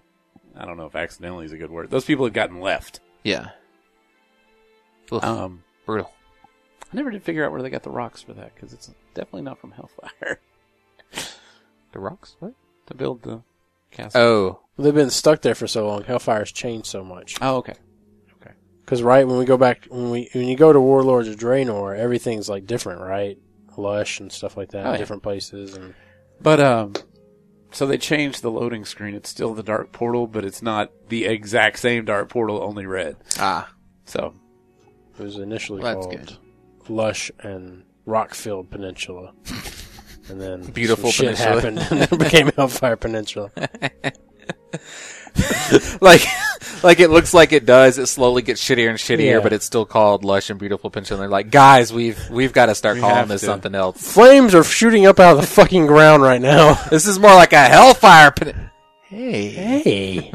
B: I don't know if accidentally is a good word. Those people had gotten left.
A: yeah. Ugh,
B: Um,
A: brutal.
B: I never did figure out where they got the rocks for that because it's definitely not from Hellfire
A: The rocks. What?
B: to build the castle.
A: Oh,
D: They've been stuck there for so long. Hellfire's changed so much.
B: oh okay.
D: Because right when we go back, when we when you go to Warlords of Draenor, everything's like different, right? Lush and stuff like that,
B: Oh, yeah.
D: different places, and
B: But um, so they changed the loading screen. It's still the dark portal, but it's not the exact same dark portal, only red.
A: ah.
B: So
D: it was initially
A: Well, that's
D: called Lush and Rockfield Peninsula, and then
A: Beautiful
D: some shit
A: peninsula.
D: happened, and it became Hellfire Peninsula.
A: like like it looks like it does it slowly gets shittier and shittier
D: Yeah.
A: but it's still called lush and beautiful peninsula and they're like guys we've we've got to start calling
B: have
A: this
B: to."
A: something else
D: Flames are shooting up out of the fucking ground right now.
A: this is more like a hellfire pen- hey
D: Hey,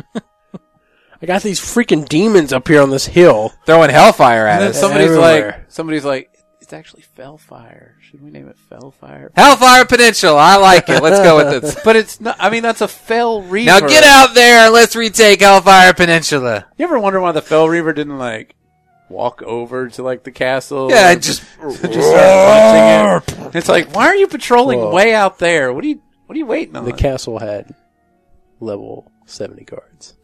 D: I got these freaking demons up here on this hill.
A: throwing hellfire at
B: and then
A: us
B: somebody's
D: everywhere.
B: like, somebody's like, it's actually Fellfire. Should we name it Fellfire?
A: hellfire peninsula i like it let's go with this
B: But it's not. I mean, that's a Fell Reaver.
A: now get out there and let's retake hellfire peninsula
B: You ever wonder why the Fell Reaver didn't like walk over to like the castle?
A: yeah
B: or
A: and just
B: just start punching it? It's like, why are you patrolling way out there? What are you? What are you waiting on?
D: The castle had level seventy guards.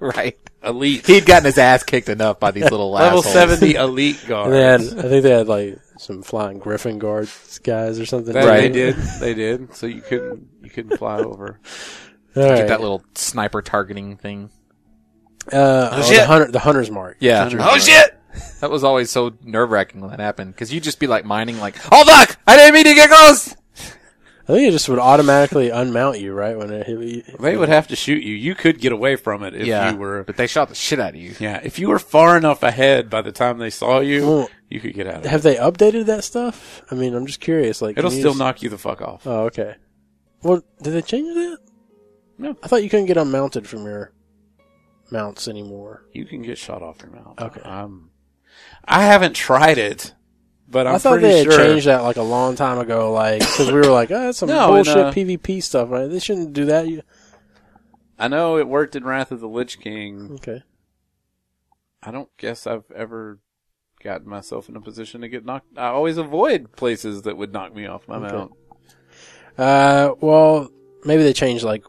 A: right
B: elite
A: Oh. he'd gotten his ass kicked enough by these little
B: level
A: assholes.
B: seventy elite guard.
D: And they had, I think they had like some flying Griffin guards guys or something.
B: That
A: Right.
B: They did. They did. So you couldn't you couldn't fly over.
D: All right.
A: that little sniper targeting thing
D: Uh, oh,
A: shit.
D: the, hunter, the hunter's mark.
A: Yeah.
B: Hundred
A: Oh
B: yards.
A: shit! That was always so nerve wracking when that happened because you'd just be like mining, like, "Oh fuck! I didn't mean to get close."
D: I think it just would automatically unmount you, right? When it hit you.
B: They would have to shoot you. You could get away from it if you were.
A: but they shot the shit out of you.
B: Yeah, if you were far enough ahead by the time they saw you,
D: Well,
B: you could get out of it.
D: Have they updated that stuff? I mean, I'm just curious. Like,
B: It'll
D: can you
B: still
D: just-
B: knock you the fuck off.
D: Oh, okay. Well, did they change that?
B: No.
D: I thought you couldn't get unmounted from your mounts anymore.
B: You can get shot off your mouth.
D: Okay.
B: Um, I haven't tried it, but I'm
D: i thought
B: pretty
D: they had
B: sure.
D: changed that like a long time ago, like because we were like, oh, that's some
B: No, and,
D: bullshit
B: uh,
D: PvP stuff, right? They shouldn't do that. You-
B: I know it worked in Wrath of the Lich King.
D: Okay,
B: I don't guess I've ever gotten myself in a position to get knocked. I always avoid places that would knock me off my
D: Okay.
B: mount.
D: uh, well, maybe they changed like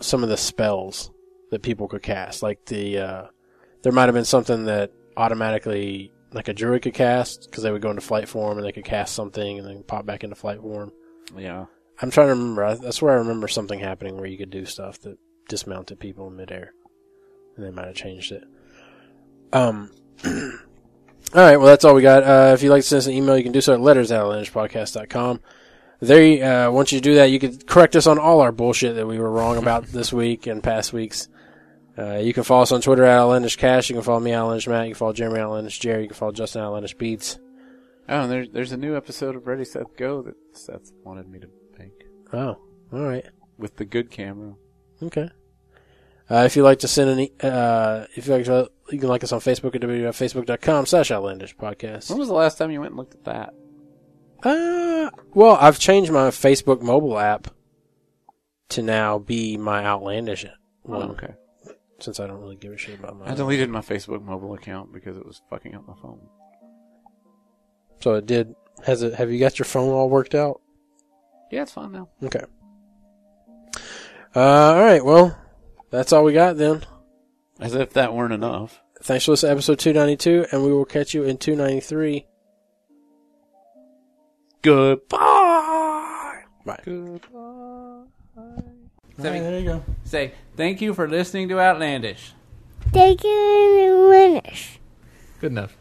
D: some of the spells that people could cast, like the uh, there might have been something that automatically like a druid could cast because they would go into flight form and they could cast something and then pop back into flight form.
B: Yeah.
D: I'm trying to remember. I- That's where I remember something happening where you could do stuff that dismounted people in midair, and they might have changed it. Um. all right. Well, that's all we got. Uh, if you'd like to send us an email, you can do so at letters at com. There, uh, once you do that, you can correct us on all our bullshit that we were wrong about this week and past weeks. Uh, you can follow us on Twitter at Outlandish Cash. You can follow me, Outlandish Matt. You can follow Jeremy, Outlandish Jerry. You can follow Justin, Outlandish Beats.
B: Oh, and there's there's a new episode of Ready Seth Go that Seth wanted me to make
D: Oh, all right.
B: with the good camera.
D: Okay. Uh, if you'd like to send any, uh, if you like to, you can like us on Facebook at www.facebook.com slash outlandish
B: When
D: podcast.
B: was the last time you went and looked at that?
D: Uh, well, I've changed my Facebook mobile app to now be my outlandish one
B: Oh, okay.
D: since I don't really give a shit about my.
B: I deleted my Facebook mobile account because it was fucking up my phone.
D: so it did. Has it? Have you got your phone all worked out?
B: Yeah, it's fine now.
D: Okay. Uh, all right. Well, that's all we got then.
B: As if that weren't enough.
D: Thanks for listening to episode 292, and we will catch you in 293.
B: Goodbye.
D: Bye.
B: Goodbye.
D: there you go.
B: Say thank you for listening to Outlandish.
E: Take it in the winners.
F: Good enough.